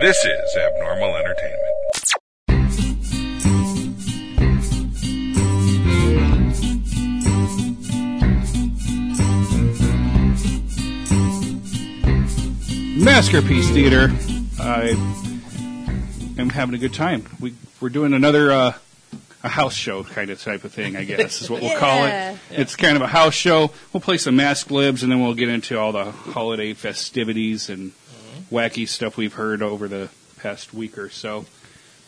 This is Abnormal Entertainment. Masterpiece Theater. I am having a good time. We we're doing another uh, a house show kind of type of thing. I guess is what we'll call it. Yeah. It's kind of a house show. We'll play some mask libs, and then we'll get into all the holiday festivities and wacky stuff we've heard over the past week or so.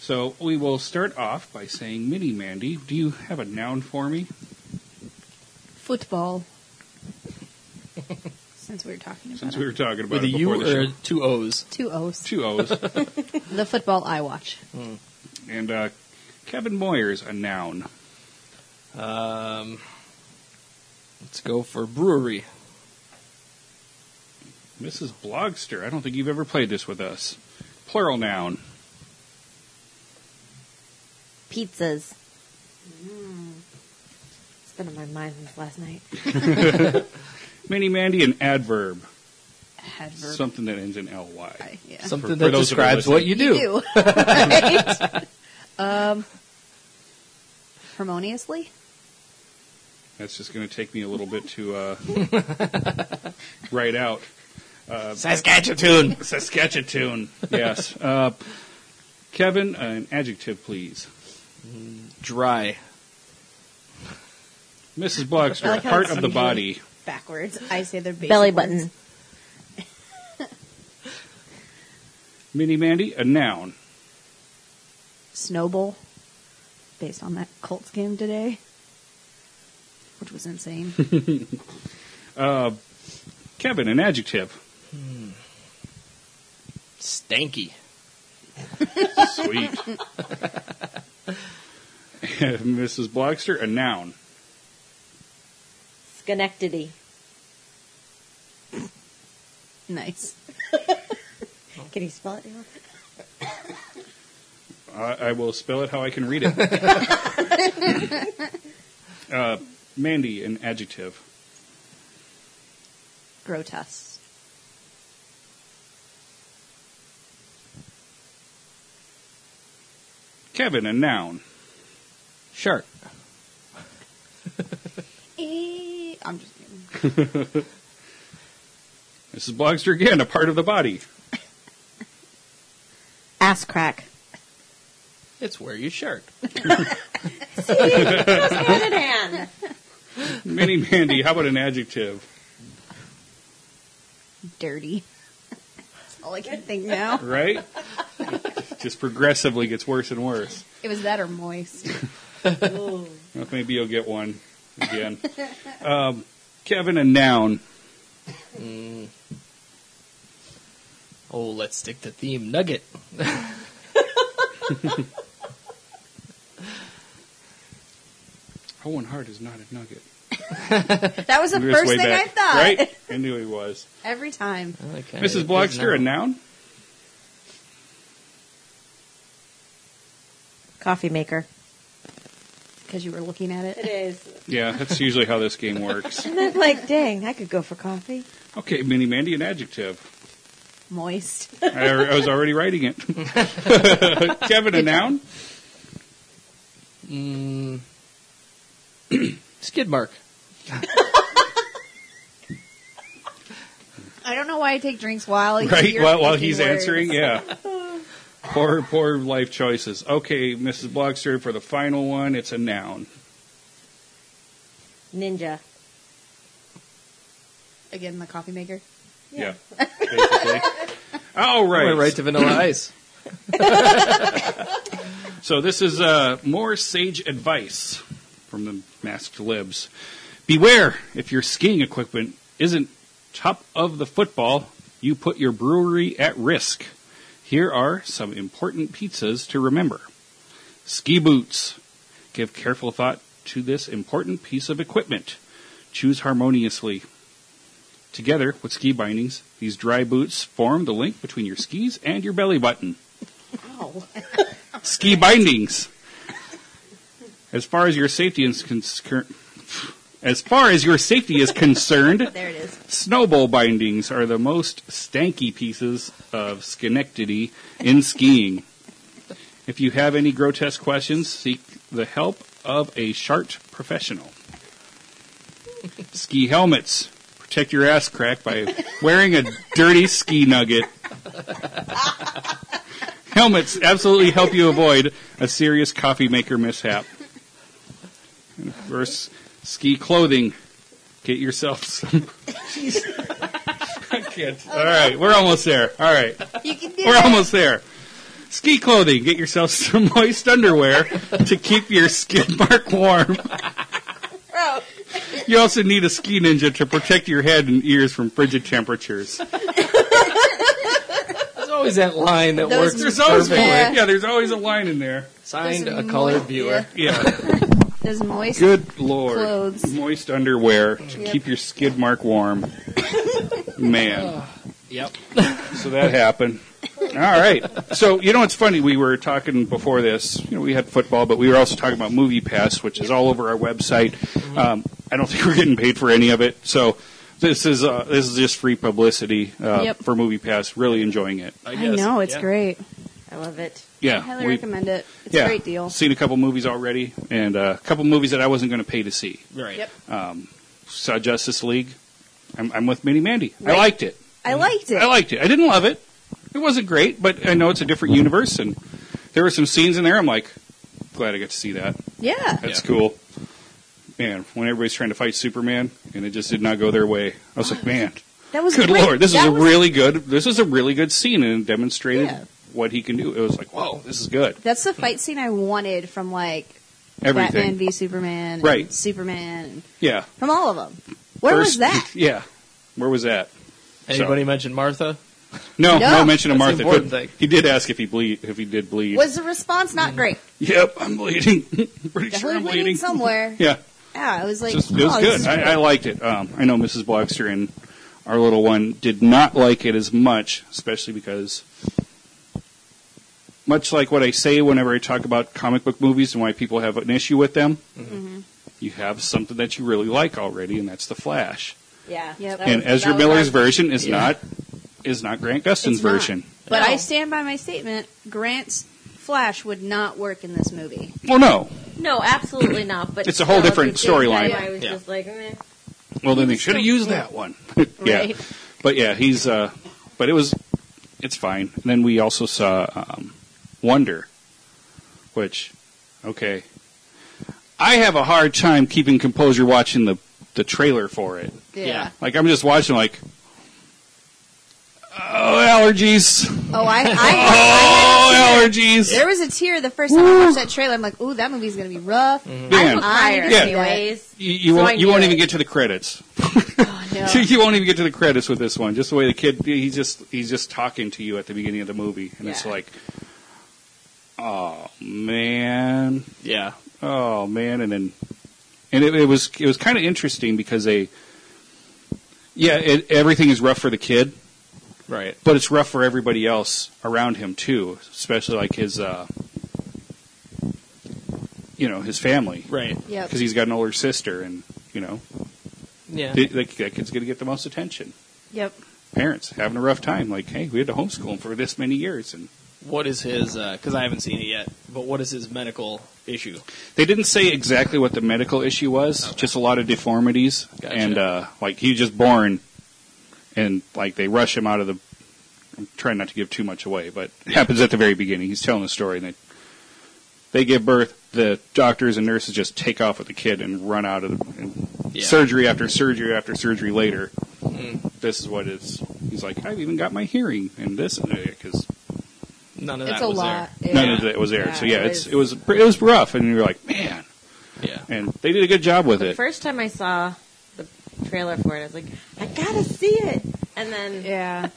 So we will start off by saying, Mini Mandy, do you have a noun for me? Football. Since we were talking about Since it. we were talking about With it a before U the show. or two O's? two O's. Two O's. The football I watch. and uh, Kevin Moyer's a noun. Um, let's go for brewery. Mrs. Blogster, I don't think you've ever played this with us. Plural noun. pizzas. Mm. It's been on my mind since last night. Mini Mandy, an adverb. Adverb. Something that ends in ly. I- yeah. Something For- for that those that are describes what you do. You do. right? um, harmoniously? That's just going to take me a little bit to uh, write out. Uh, Saskatchewan. Saskatchewan. Yes. Uh, Kevin, uh, an adjective, please. Dry. Mrs. I Blogster, like how part it's of the usually body. Backwards. I say their basic Belly words. button. Mini Mandy, a noun. Snowball. Based on that Colts game today. Which was insane. Uh, Kevin, an adjective. Stanky. Sweet. Mrs. Blogster, a noun. Schenectady. nice. Can you spell it? Now? I, I will spell it how I can read it. uh, Mandy, an adjective. Grotesque. Kevin, a noun. Shark. Eh, I'm just kidding. Mrs. Blogster, again, a part of the body. Ass crack. It's where you shark. Mini Mandy, how about an adjective? dirty. That's all I can think now. Right? Just progressively gets worse and worse. It was that or moist. Well, maybe you'll get one again. Um, Kevin, a noun. Oh, let's stick to theme. Nugget. Owen Hart Oh, is not a nugget. That was the We were just first way thing I back. thought. Right? I knew he was. Every time. Well, it kinda Mrs. is Blogster, a now. noun? Coffee maker. Because you were looking at it. is. Yeah, that's usually how this game works. And I'm like, dang, I could go for coffee. Okay, Mini Mandy, an adjective. Moist. I, I was already writing it. Kevin, a noun? Mm. Skid mark. I don't know why I take drinks while you Right? While, while he's answering, yeah. poor, poor life choices. Okay, Mrs. Blogster, for the final one, it's a noun. Ninja. Again, the coffee maker. Yeah. basically. All right. Went right to Vanilla Ice. So this is uh, more sage advice from the masked libs. Beware if your skiing equipment isn't top of the football, you put your brewery at risk. Here are some important pizzas to remember. Ski boots. Give careful thought to this important piece of equipment. Choose harmoniously. Together with ski bindings, these dry boots form the link between your skis and your belly button Ow. ski bindings. As far as your safety is concerned, As far as your safety is concerned, There it is. Snowball bindings are the most stanky pieces of Schenectady in skiing. If you have any grotesque questions, seek the help of a SHART professional. Ski helmets. Protect your ass crack by wearing a dirty ski nugget. Helmets absolutely help you avoid a serious coffee maker mishap. And of course, ski clothing. Get yourself some all right, we're almost there. All right, You can do we're it. almost there. Ski clothing. Get yourself some moist underwear to keep your skid mark warm. Bro. You also need a ski ninja to protect your head and ears from frigid temperatures. There's always that line that Those- works. There's always perfectly. yeah. yeah, there's always a line in there. Signed Those a are colored moist, viewer. Yeah. There's moist. Good lord. Clothes. Moist underwear to Yep. keep your skid mark warm. Man. Yep. So that happened. All right. So you know it's funny? We were talking before this. You know, we had football, but we were also talking about Movie Pass, which is all over our website. Mm-hmm. Um, I don't think we're getting paid for any of it. So this is uh, this is just free publicity uh, Yep. for Movie Pass. Really enjoying it. I, I, guess. know it's Yeah. great. I love it. Yeah, I highly we- recommend it. It's yeah, a great deal. Seen a couple movies already, and uh, a couple movies that I wasn't going to pay to see. Right. Yep. Saw Um, Justice League. I'm, I'm with Minnie Mandy. I Right. liked it. I liked it. Mm-hmm. I liked it. I didn't love it. It wasn't great, but I know it's a different universe, and there were some scenes in there. I'm like, glad I got to see that. yeah. That's Yeah. cool. Man, when everybody's trying to fight Superman and it just did not go their way, I was like, man, That was good great. lord, this is That a was- really good. This is a really good scene, and it demonstrated Yeah. what he can do. It was like, whoa, this is good. That's the fight scene I wanted from like Everything, Batman v Superman, and Right. Superman, and yeah. from all of them. Where was First- that? yeah, where was that? Anybody mention Martha? No, no, No. mention of That's Martha. the important but thing. He did ask if he bleed, if he did bleed. Was the response not great? Yep, I'm bleeding. Pretty sure Definitely I'm bleeding bleeding. somewhere. Yeah, Yeah, I was like, just, it was oh, this good. is I, I liked it. Um, I know Mrs. Blockster and our little one did not like it as much, especially because, much like what I say whenever I talk about comic book movies and why people have an issue with them, Mm-hmm. you have something that you really like already, and that's the Flash. Yeah. Yep. that and was- Ezra that was Miller's our- version is Yeah. not is not Grant Gustin's It's not. version. But No. I stand by my statement. Grant's Flash would not work in this movie. Well, no. No, absolutely not. But It's a whole still, at different the same storyline. time, I was Yeah. just like, "Eh." meh. Well, then they should have used that one. yeah. Right. But yeah, he's. Uh, but it was. It's fine. And then we also saw um, Wonder, which, okay, I have a hard time keeping composure watching the the trailer for it. Yeah. Like I'm just watching like. Oh allergies! Oh, I, I, Oh I allergies! there was a tear the first time I watched that trailer. I'm like, ooh, that movie's gonna be rough. I'm Man, a crier Yeah. anyways. you, you So I won't you knew won't it. even get to the credits. Oh, no. You- you won't even get to the credits with this one. Just the way the kid he's just he's just talking to you at the beginning of the movie, and it's Yeah. like, oh man, Yeah. oh man, and then and it, it was it was kind of interesting because they, yeah, it, everything is rough for the kid, Right. but it's rough for everybody else around him too, especially like his, uh, you know, his family Right. Yep. because he's got an older sister, and you know, Yeah. th- that that kid's gonna get the most attention. Yep. parents having a rough time. Like, hey, we had to homeschool him for this many years, and What is his? Because I haven't seen it yet. But what is his medical issue? they didn't say exactly what the medical issue was. Just a lot of deformities, Gotcha. and uh, like he was just born, and like they rush him out of the. I'm trying not to give too much away, but it happens at the very beginning. He's telling a story, and they they give birth. The doctors and nurses just take off with the kid and run out of the, and Yeah. Mm-hmm. surgery after surgery after surgery later. This is what it's. He's like, I've even got my hearing and this and because None of It's that a was lot. Yeah. none of that was there. Yeah, so yeah, it it's was- it was pr- it was rough, and you're like, man, there. Yeah. and they did a good job with The it. first time I saw the trailer for it, I was like, I gotta see it. And then, Yeah.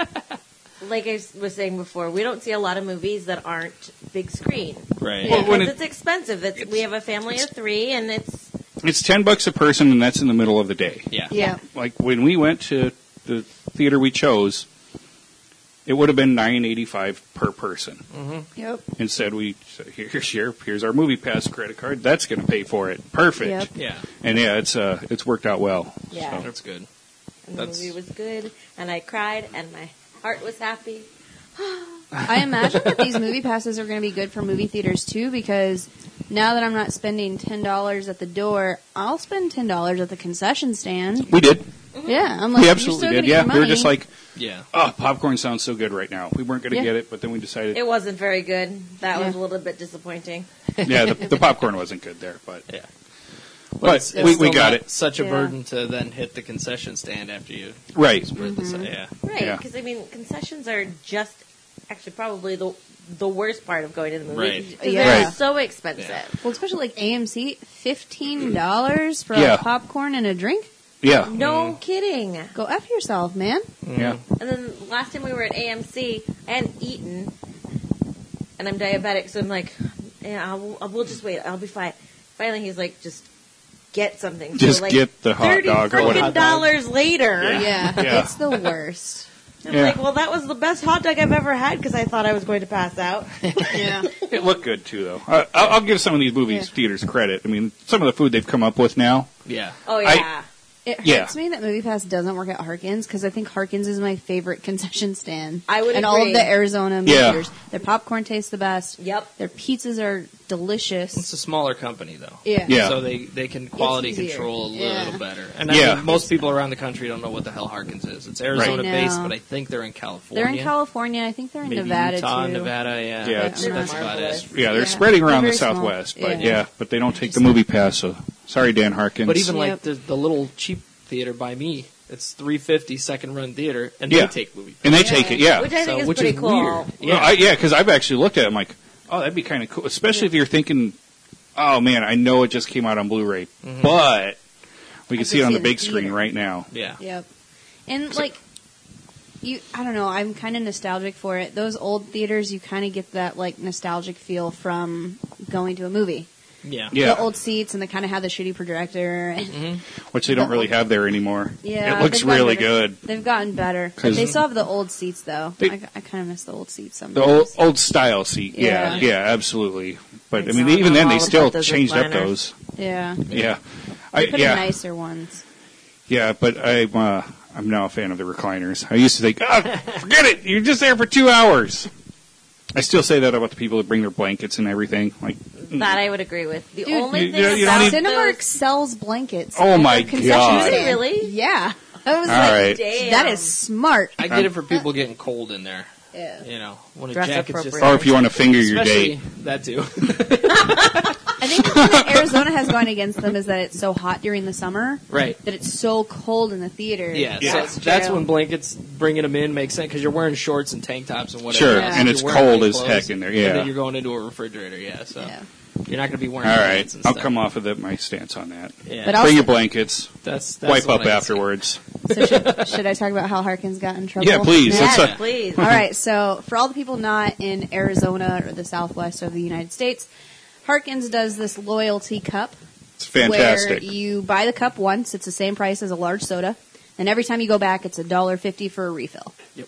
like I s- was saying before, we don't see a lot of movies that aren't big screen. Right. Well, when Because it- it's expensive. It's, we have a family of three, and it's It's ten bucks a person, and that's in the middle of the day. yeah. Yeah. Like when we went to the theater we chose, it would have been nine eighty five per person. Yep. Instead, we said, here's your here's our movie pass credit card. That's going to pay for it. Perfect. Yep. Yeah, And yeah, it's uh, it's worked out well. Yeah. that's good. And the That's- movie was good, and I cried, and my heart was happy. I imagine that these movie passes are going to be good for movie theaters too because now that I'm not spending $10 at the door, I'll spend $10 at the concession stand. We did. Mm-hmm. Yeah, I'm like, we you're absolutely still gonna did. get Yeah, money. we were just like, Yeah, oh, popcorn sounds so good right now. We weren't going to Yeah. get it, but then we decided, It wasn't very good. That was a Yeah. little bit disappointing. yeah, the, the popcorn wasn't good there, but Yeah. but It's- we, it's we still got not it Such a Yeah. burden to then hit the concession stand after you. right. spread this Mm-hmm. out. Yeah, Right, Yeah. because I mean, concessions are just actually probably the the worst part of going to the movie. Right. 'cause Yeah. They're Right. so expensive. Yeah. well, especially like AMC, $15 for Mm. Yeah. a popcorn and a drink? Yeah, No kidding. And Go F yourself, man. yeah. then last time we were at AMC, I hadn't eaten, and I'm diabetic, so I'm like, yeah, I will, I will just wait. I'll be fine. Finally, he's like, just get something. So, Just like, get the hot dog or freaking whatever. Hot dog. dollars later. Yeah. Yeah. It's the worst. I'm Yeah. like, well, that was the best hot dog I've ever had because I thought I was going to pass out. yeah. It looked good too, though. I, I'll, I'll give some of these movies Yeah. theaters credit. I mean, some of the food they've come up with now. yeah. Oh I- yeah. It hurts Yeah. me that MoviePass doesn't work at Harkins because I think Harkins is my favorite concession stand. I would and all of agree. the Arizona movie Yeah. theaters. Their popcorn tastes the best. Yep. Their pizzas are It's delicious. a smaller company though. Yeah. Yeah. So they, they can quality easier. control a Yeah. little better. And I Yeah. mean, most people around the country don't know what the hell Harkins is. It's Arizona based, know. but I think they're in California. They're in California. I think they're in Maybe Nevada Utah, too. Nevada, yeah. Yeah, that's, it's- that's about Marvelous. it. Yeah, they're Yeah. spreading around They're the very small. Southwest, but Yeah. yeah. but they don't take the movie pass. So sorry, Dan Harkins. But even like Yep. the, the little cheap theater by me, it's 350 second run theater, and Yeah. they take movie. and they take it, yeah. Which I think So- is which pretty is cool. weird. Yeah, I, yeah, because I've actually looked at it. I'm like, oh, that'd be kind of cool, especially if you're thinking, oh man, I know it just came out on Blu-ray, Mm-hmm. but we can could see it on see the it in big the screen theater. right now. Yeah. Yep. And like you I don't know, I'm kind of nostalgic for it. Those old theaters, you kind of get that like nostalgic feel from going to a movie. Yeah. Yeah, The old seats and they kind of have the shitty projector and which they don't really have there anymore. Yeah, it looks they've gotten really better. good. They've gotten better. 'Cause- But they still have the old seats, though. They- I, kind of miss the old seats The sometimes. old old style seat, yeah, Yeah. yeah, absolutely. But I It's mean, all- even then, all they about still those changed up recliners. those. yeah, Yeah, I, they put yeah, in nicer ones. yeah. But I'm uh, I'm now a fan of the recliners. I used to think, oh, forget it, you're just there for two hours. I still say that about the people that bring their blankets and everything. Like, That I would agree with. The Dude, only you- thing you don't need- about Cinemark those- sells blankets. Oh at my their concession God. stand. Is it really? Yeah, I was All like, right. Damn. that is smart. I get it Um, for people getting cold in there. Yeah. You know, when a Dress jacket's just appropriate. or if you want to finger your Especially date, that too. I think the thing that Arizona has going against them is that it's so hot during the summer right. that it's so cold in the theater. Yeah. Yeah, so That's that's, that's true. when blankets bringing them in makes sense because you're wearing shorts and tank tops and whatever. Sure, else, and you're it's wearing cold light as clothes, heck in there, and yeah. then you're going into a refrigerator. Yeah, so Yeah. you're not going to be wearing. all blankets right, and I'll stuff. come off of the, my stance on that. Yeah, But I'll- Bring Also- your blankets, that's, that's wipe what up I can afterwards. So should, should I talk about how Harkins got in trouble? Yeah, please, Next? let's, uh, Yeah, please. all right, so for all the people not in Arizona or the southwest of the United States, Harkins does this loyalty cup It's fantastic. where you buy the cup once, it's the same price as a large soda, and every time you go back, it's a dollar fifty for a refill. Yep.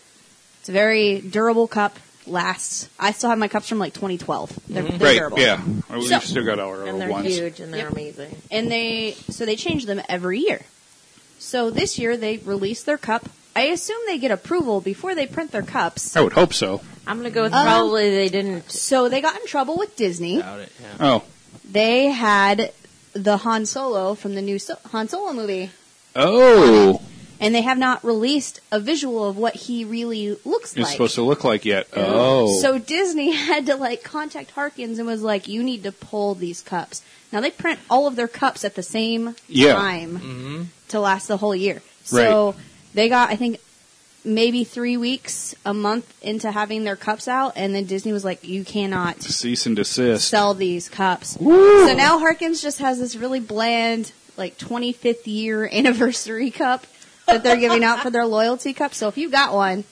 It's a very durable cup. Lasts. I still have my cups from like 2012. They're, they're Mm-hmm. Right, durable. yeah. We've So- still got our And old they're ones. huge and they're Yep. amazing. and they so they change them every year. So this year they released their cup. I assume they get approval before they print their cups. I would hope so. I'm gonna go with Um, probably they didn't. So they got in trouble with Disney. see About it, yeah. Oh. They had the Han Solo from the new so- Han Solo movie, Oh. and they have not released a visual of what he really looks It's like. supposed to look like yet. Oh. So Disney had to like contact Harkins and was like, "You need to pull these cups." Now they print all of their cups at the same Yeah. time to last the whole year. So they got, I think, maybe three weeks, a month into having their cups out, and then Disney was like, "You cannot Cease and desist. sell these cups." So now Harkins just has this really bland, like 25th year anniversary cup that they're giving out for their loyalty cup. So if you got one,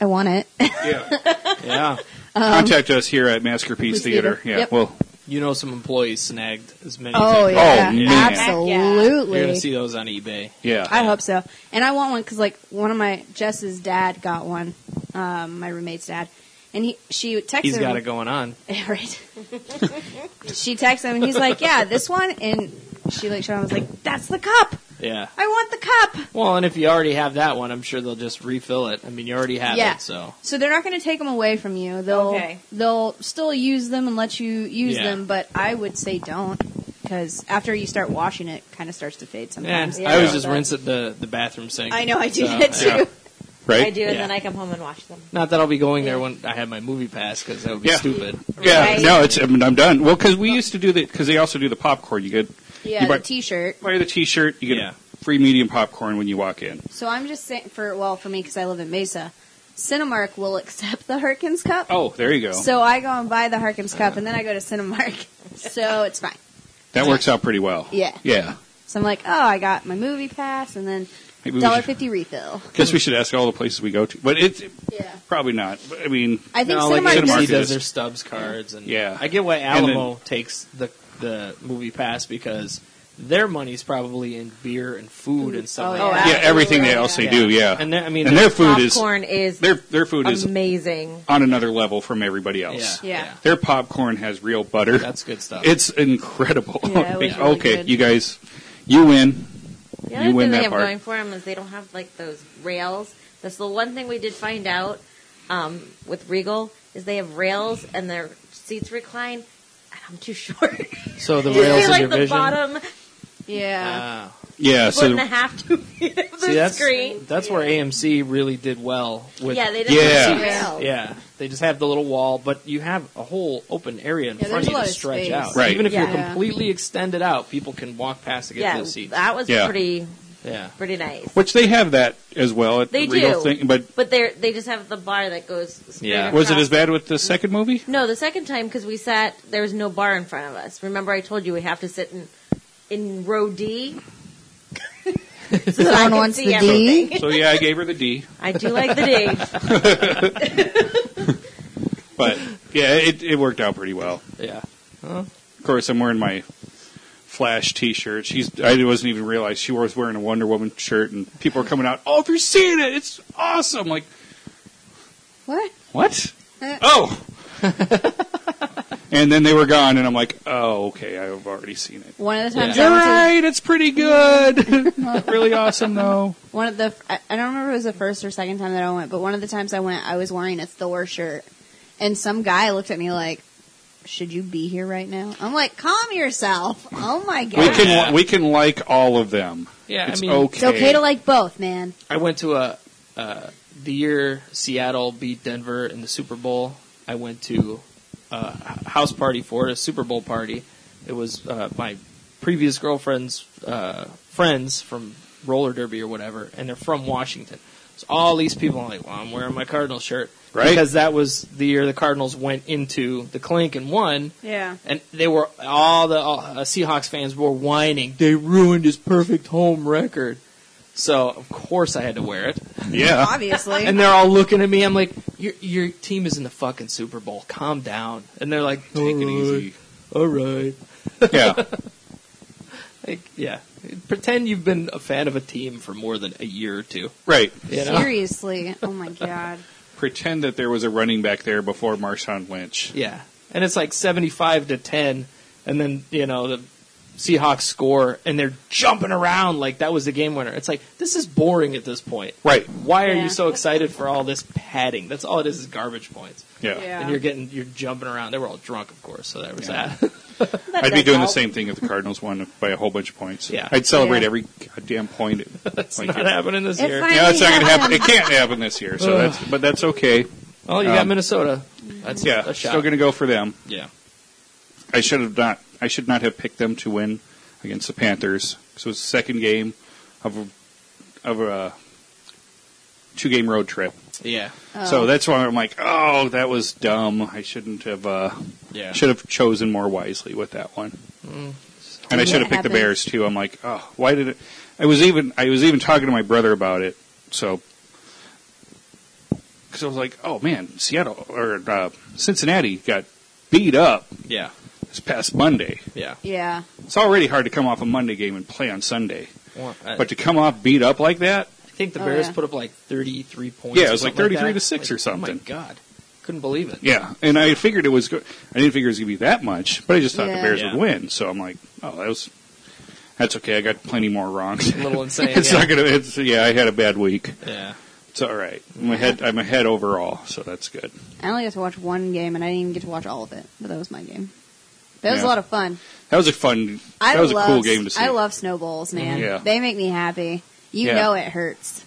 I want it. yeah. yeah. Contact us here at Masterpiece Who's um, Theater. Theater. Yeah. Yep. Well, You know, some employees snagged as many. Oh as they yeah, man. absolutely. could. You're going to see those on eBay. yeah. I hope so, and I want one because like one of my Jess's dad got one, um, my roommate's dad, and he she texted He's got him. it going on. right. she texts him and he's like, "Yeah, this one." And she like showed him. I was like, "That's the cup. Yeah. I want the cup." Well, and if you already have that one, I'm sure they'll just refill it. I mean, you already have Yeah. it, so So they're not going to take them away from you. They'll Okay. they'll still use them and let you use Yeah. them, but I would say don't because after you start washing it, kind of starts to fade yeah. sometimes. Yeah. I always just Yeah. rinse at the the bathroom sink. Um, I know I do So, that too. yeah. right? I do, and Yeah. then I come home and wash them. Not that I'll be going there when I have my movie pass because that would be Yeah. stupid. Yeah, Right. no, it's I mean, I'm done. Well, because we used to do the because they also do the popcorn. You get Yeah, You the might- T-shirt. buy the T-shirt, you get Yeah. free medium popcorn when you walk in. So I'm just saying for well for me because I live in Mesa, Cinemark will accept the Harkins cup. Oh, there you go. So I go and buy the Harkins cup, and then I go to Cinemark. so it's fine. that works out pretty well. Yeah. yeah. So I'm like, oh, I got my movie pass, and then Maybe we dollar should, fifty refill. guess we should ask all the places we go to, but it's Yeah, probably not. But, I mean, I think no, Cinemark like AMC Cinemark does. does, does. their stubs cards, and Yeah. I get why And then- Alamo takes the the movie pass because their money's probably in beer and food and stuff. Oh, like yeah. that. yeah, everything they Absolutely, else they yeah. do, yeah. And their- I mean, And their food is Popcorn is, their their food is amazing. on another level from everybody yeah, else. Yeah. yeah. Their popcorn has real butter. that's good stuff. It's incredible. Yeah, it was really okay, good. you guys, you win. The You other win thing that they have part. going for them is they don't have like those rails. That's the one thing we did find out um, with Regal is they have rails and their seats recline. And I'm too short. so the They're rails of like your the vision. bottom yeah. Ah. Yeah, foot and a so half to feet of the See, that's screen. that's where AMC really did well with yeah, they just Yeah. have rails. Yeah, they just have the little wall, but you have a whole open area in Yeah, front there's of a you lot to of stretch space. out. Right. Even if you're Yeah. completely extended out, people can walk past to get to Yeah, the seats. that was Yeah. pretty Yeah. pretty nice. which they have that as well at They the Regal do. thing, but But they are they just have the bar that goes. straight Yeah. across. was it as bad with the second movie? No, the second time because we sat there was no bar in front of us. Remember, I told you we have to sit in in row D. so that I Someone can wants see the D? everything. So yeah, I gave her the D, I do like the D. but yeah, it it worked out pretty well. Yeah. Of course, I'm wearing my Flash T-shirt. She's I wasn't even realize she was wearing a Wonder Woman shirt, and people are coming out. Oh, if you're seeing it, it's awesome! Like What? what? Eh. oh. and then they were gone, and I'm like, oh, okay, I've already seen it. One of the times Yeah. You're I went to- right. It's pretty good. Not really awesome though. One of the I I don't remember if it was the first or second time that I went, but one of the times I went, I was wearing a Thor shirt, and some guy looked at me like, "Should you be here right now?" I'm like, "Calm yourself." Oh my god, We can we can like all of them. Yeah, it's I mean, okay. it's okay to like both, man. I went to a uh, the year Seattle beat Denver in the Super Bowl. I went to a h- house party for it, a Super Bowl party. It was uh, my previous girlfriend's uh, friends from roller derby or whatever, and they're from Washington. So all these people are like, "Well, I'm wearing my Cardinal shirt." Right. Because that was the year the Cardinals went into the clink and won, Yeah, and they were all the uh, Seahawks fans were whining. They ruined his perfect home record. So of course I had to wear it, Yeah. obviously. and they're all looking at me. I'm like, your your team is in the fucking Super Bowl. Calm down. And they're like, Take it easy. All right. Yeah. Like, yeah. Pretend you've been a fan of a team for more than a year or two. Right. You know? Seriously, oh my god. Pretend that there was a running back there before Marshawn Lynch. Yeah. And it's like 75 to 10, and then you know the Seahawks score, and they're jumping around like that was the game winner. It's like this is boring at this point. Right. Why are Yeah. you so excited for all this padding? That's all it is is garbage points. Yeah. Yeah. And you're getting you're jumping around. They were all drunk, of course, so that was Yeah. that. That I'd be does doing the help. same thing if the Cardinals won by a whole bunch of points. Yeah. I'd celebrate Yeah. every goddamn point. That's Like not it- happening this It year. finally- Yeah, it's not gonna happen. It can't happen this year. So Ugh. that's but that's okay. Oh, you got Um, Minnesota. That's Yeah, a shot. still gonna go for them. yeah. I should have not. I should not have picked them to win against the Panthers. So it's the second game of a, of a two game road trip. Yeah. So that's why I'm like, oh, that was dumb. I shouldn't have. Uh, Yeah. Should have chosen more wisely with that one. And I It should have picked the happens. Bears too. I'm like, oh, why did it? I was even. I was even talking to my brother about it. So. Because I was like, oh man, Seattle or uh, Cincinnati got beat up Yeah. this past Monday. Yeah. Yeah, It's already hard to come off a Monday game and play on Sunday, Well, I- but to come off beat up like that, think the Oh, Bears yeah. put up like 33 points. Yeah, it or was like something 33 to that. six or Like, Oh something. my god, couldn't believe it. Yeah, and I figured it was. Go- I didn't figure it was going to be that much, but I just thought the Yeah. Bears Yeah. would win. So I'm like, oh, that was. That's okay. I got plenty more wrong. A little insane. it's yeah. not gonna. It's yeah. I had a bad week. yeah. It's all right. I'm ahead. I'm ahead overall, so that's good. I only got to watch one game, and I didn't even get to watch all of it. But that was my game. That was Yeah. a lot of fun. That was a fun. I that was love, a cool game to see. I love snowballs, man. Yeah. They make me happy. You Yeah. know it hurts.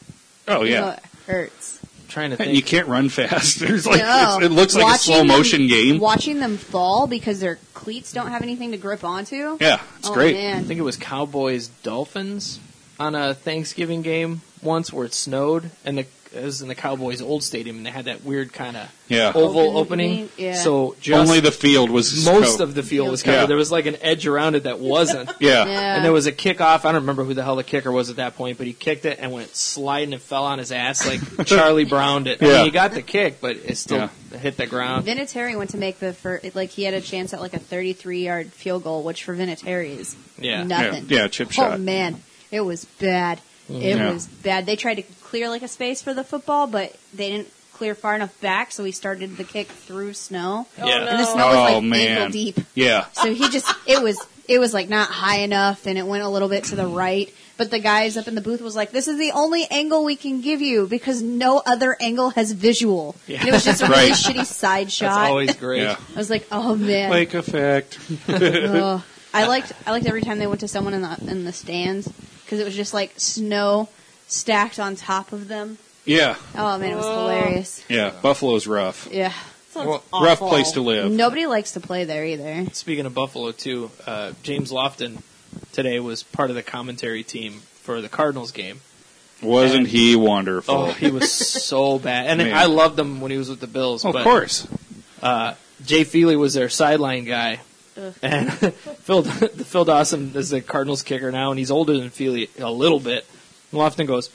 oh You yeah. know it hurts. I'm trying to And think. you can't run fast. There's like No. it's, it looks like a Watching slow them- motion game. Watching them fall because their cleats don't have anything to grip onto. yeah, it's oh, great. I Man. think it was Cowboys Dolphins on a Thanksgiving game once where it snowed and the it was in the Cowboys old stadium and they had that weird kind of Yeah. oval Opening, opening. yeah. So just Only the field was most so- of the field was covered. Yeah. There was like an edge around it that wasn't. yeah. Yeah. And there was a kickoff. I don't remember who the hell the kicker was at that point, but he kicked it and went sliding and fell on his ass like Charlie Browned it. I Yeah. mean, he got the kick, but it still hit the ground. Vinatieri went to make the first, like he had a chance at like a 33 yard field goal, which for Vinatieri is Yeah. nothing. Yeah, yeah, chip oh, shot. Mm-hmm. man, it was bad. It Yeah. was bad. They tried to clear like a space for the football, but they didn't clear far enough back, so he started the kick through snow. Yeah. Oh, And the no. snow was Oh like ankle man. deep. Yeah. So he just it was it was like not high enough and it went a little bit to the right. But the guys up in the booth was like, This is the only angle we can give you because no other angle has visual. Yeah. And it was just a Right. really shitty side That's shot. always great. Yeah. I was like, Oh man. Lake effect. Ugh. I liked I liked every time they went to someone in the in the stands because it was just like snow stacked on top of them. Yeah. Oh man, it was hilarious. Yeah. Buffalo's rough. Yeah. Sounds Well, awful. Rough place to live. Nobody likes to play there either. Speaking of Buffalo, too, uh, James Lofton today was part of the commentary team for the Cardinals game. Wasn't he wonderful? Oh, he was so bad, and Man. I loved him when he was with the Bills. of but, course. Jay Feely was their sideline guy, and Phil Phil Dawson is the Cardinals kicker now, and he's older than Feely a little bit. And Lofton goes,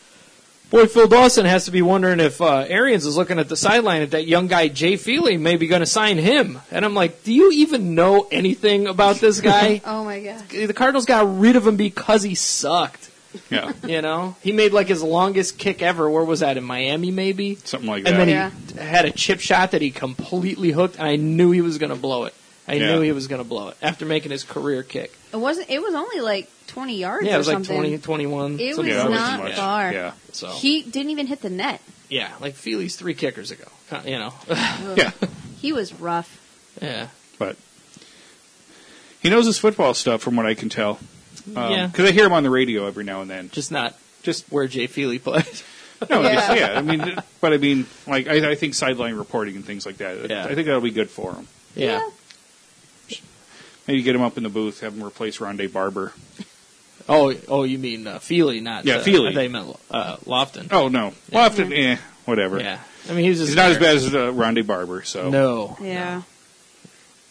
"Boy, Phil Dawson has to be wondering if uh, Arians is looking at the sideline at that young guy Jay Feely, maybe going to sign him." And I'm like, "Do you even know anything about this guy?" Oh my god. the Cardinals got rid of him because he sucked. Yeah. You know, he made like his longest kick ever. Where was that in Miami? Maybe Something like that. and then he Yeah. had a chip shot that he completely hooked, and I knew he was going to blow it. I Yeah. knew he was going to blow it after making his career kick. It wasn't. It was only like twenty yards. Yeah, it was or like something. 20, 21. It something was like wasn't that. not much. Yeah. far. Yeah. So He didn't even hit the net. yeah, like Feely's three kickers ago. Kind- You know, Yeah. He was rough. yeah, But he knows his football stuff from what I can tell. Um, yeah. Because I hear him on the radio every now and then. Just not Just where Jay Feely plays. no, Yeah. yeah. yeah. I mean, but I mean, like I, I think sideline reporting and things like that. Yeah. I think that'll be good for him. yeah. Maybe get him up in the booth, have him replace Rondé Barber. Oh, oh, you mean uh, Feely, not Yeah, uh, Feely. They meant uh, Lofton. Oh no, we'll have to. Eh, whatever. yeah. I mean, he was just He's not as there. bad as uh, Rondé Barber, so No, Yeah.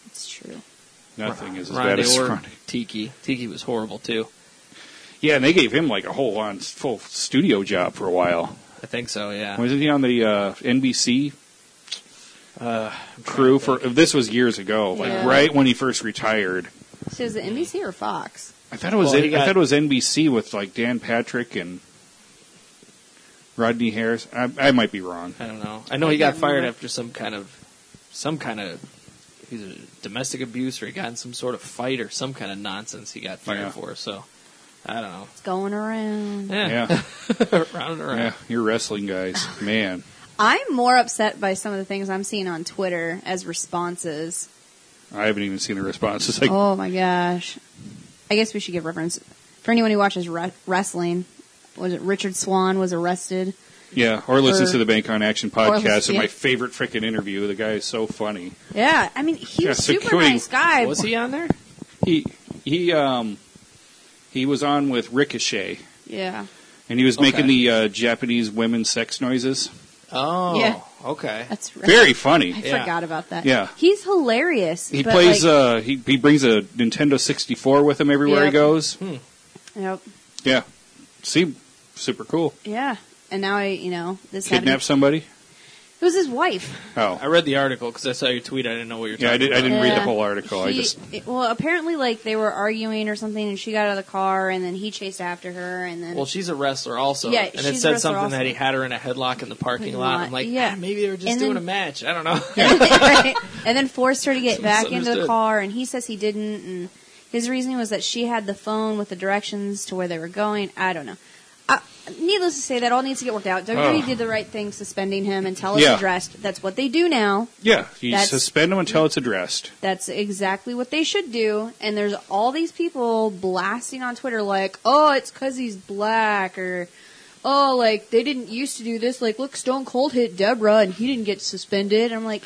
It's true. nothing is as Rondé bad as or Rondé. Tiki. Tiki was horrible too. Yeah, and they gave him like a whole on full studio job for a while. I think so. Yeah. Wasn't he on the uh, NBC uh, crew for? This was years ago, like Yeah. right when he first retired. So is it NBC or Fox? I thought it was Well, he got- I thought it was NBC with like Dan Patrick and Rodney Harris. I, I might be wrong. I don't know. I know he got fired after some kind of some kind of either domestic abuse or he got in some sort of fight or some kind of nonsense he got fired Yeah. for. So I don't know. It's going around. Yeah, Yeah, round and around. yeah, you're wrestling guys, man. I'm more upset by some of the things I'm seeing on Twitter as responses. I haven't even seen the response. It's like, oh my gosh. I guess we should give reference for anyone who watches re- wrestling. Was it Richard Swan was arrested? yeah, or listens Or- to the Bank on Action listen- podcast. And yeah. my favorite freaking interview. The guy is so funny. Yeah, I mean he Yeah, was so super can we- nice guy. Was he on there? He he um he was on with Ricochet, Yeah, and he was making Okay. the uh, Japanese women sex noises. Oh, Yeah. okay. that's right. Very I funny. Yeah. forgot about that. Yeah. he's hilarious. He but, plays. Like, uh, he he brings a Nintendo 64 with him everywhere he Yep. Hmm. goes. uh, yep. Yeah, seemed super cool. Yeah. And now I, you know, this Kidnap somebody. It was his wife. Oh, I read the article because I saw your tweet. I didn't know what you were talking yeah, I, did, I about. didn't read the Yeah. whole article. I She- just it- well, apparently, like they were arguing or something, and she got out of the car, and then he chased after her, and then Well, she's a wrestler also, Yeah, and it she's a said wrestler something also. that he had her in a headlock in the parking Parking lot. I'm lot, like, yeah. ah, maybe they were just And doing then- a match. I don't know. Right? and then forced her to get back into the Misunderstood. car, and he says he didn't, and his reasoning was that she had the phone with the directions to where they were going. I don't know. I, needless to say, that all needs to get worked out. WWE Ugh. did the right thing, suspending him until it's Yeah. addressed. That's what they do now. yeah, you That's- suspend them until it's addressed. That's exactly what they should do. And there's all these people blasting on Twitter like, "Oh, it's cuz he's black," or "Oh, like they didn't used to do this. Like, look, Stone Cold hit Deborah and he didn't get suspended." I'm like,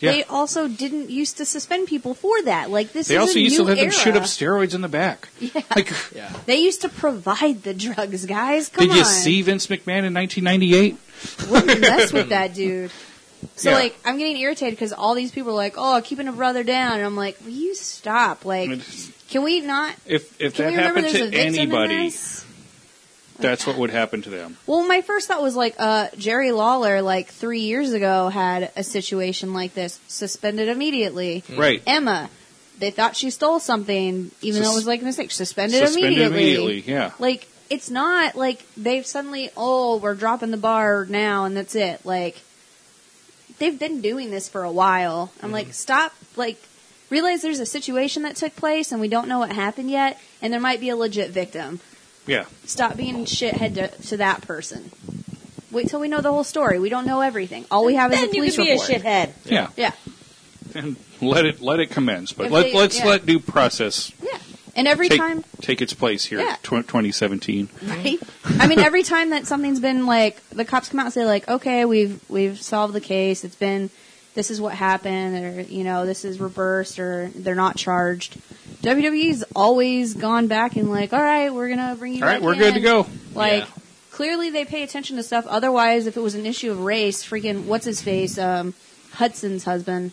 Yeah. they also didn't used to suspend people for that. Like this They is also a used to new let them era. shoot up steroids in the back. Yeah. Like, yeah, They used to provide the drugs, guys. Come did you on. see Vince McMahon in 1998? wouldn't mess with that dude. So Yeah. like I'm getting irritated because all these people are like, "Oh, keeping a brother down," and I'm like, "Will you stop? Like, can we not? If if Can that we remember happened there's to a victim in anybody, this? that's what would happen to them. Well, my first thought was like, uh, Jerry Lawler, like three years ago, had a situation like this, suspended immediately. Right. Emma, they thought she stole something, even though it was like a mistake, suspended, Suspended immediately. Yeah. Like, it's not like they've suddenly, oh, we're dropping the bar now and that's it. Like, they've been doing this for a while. I'm Hmm. like, stop, like, realize there's a situation that took place and we don't know what happened yet, and there might be a legit victim. Yeah. Stop being a shithead to, to that person. Wait till we know the whole story. We don't know everything. All we have is a then you police could be report. a shithead. Yeah. Yeah. And let it let it commence, but If let they- let's yeah. let due process Yeah. And every take, time, take its place here. Yeah. tw- 2017. right? I mean, every time that something's been like, the cops come out and say like, okay, we've we've solved the case. It's been, this is what happened, or you know, this is reversed, or they're not charged. WWE's always gone back and like, all right, we're gonna bring you. All right, back we're good to in." go. Like, Yeah. clearly they pay attention to stuff. Otherwise, if it was an issue of race, freaking what's his face, um, Hudson's husband,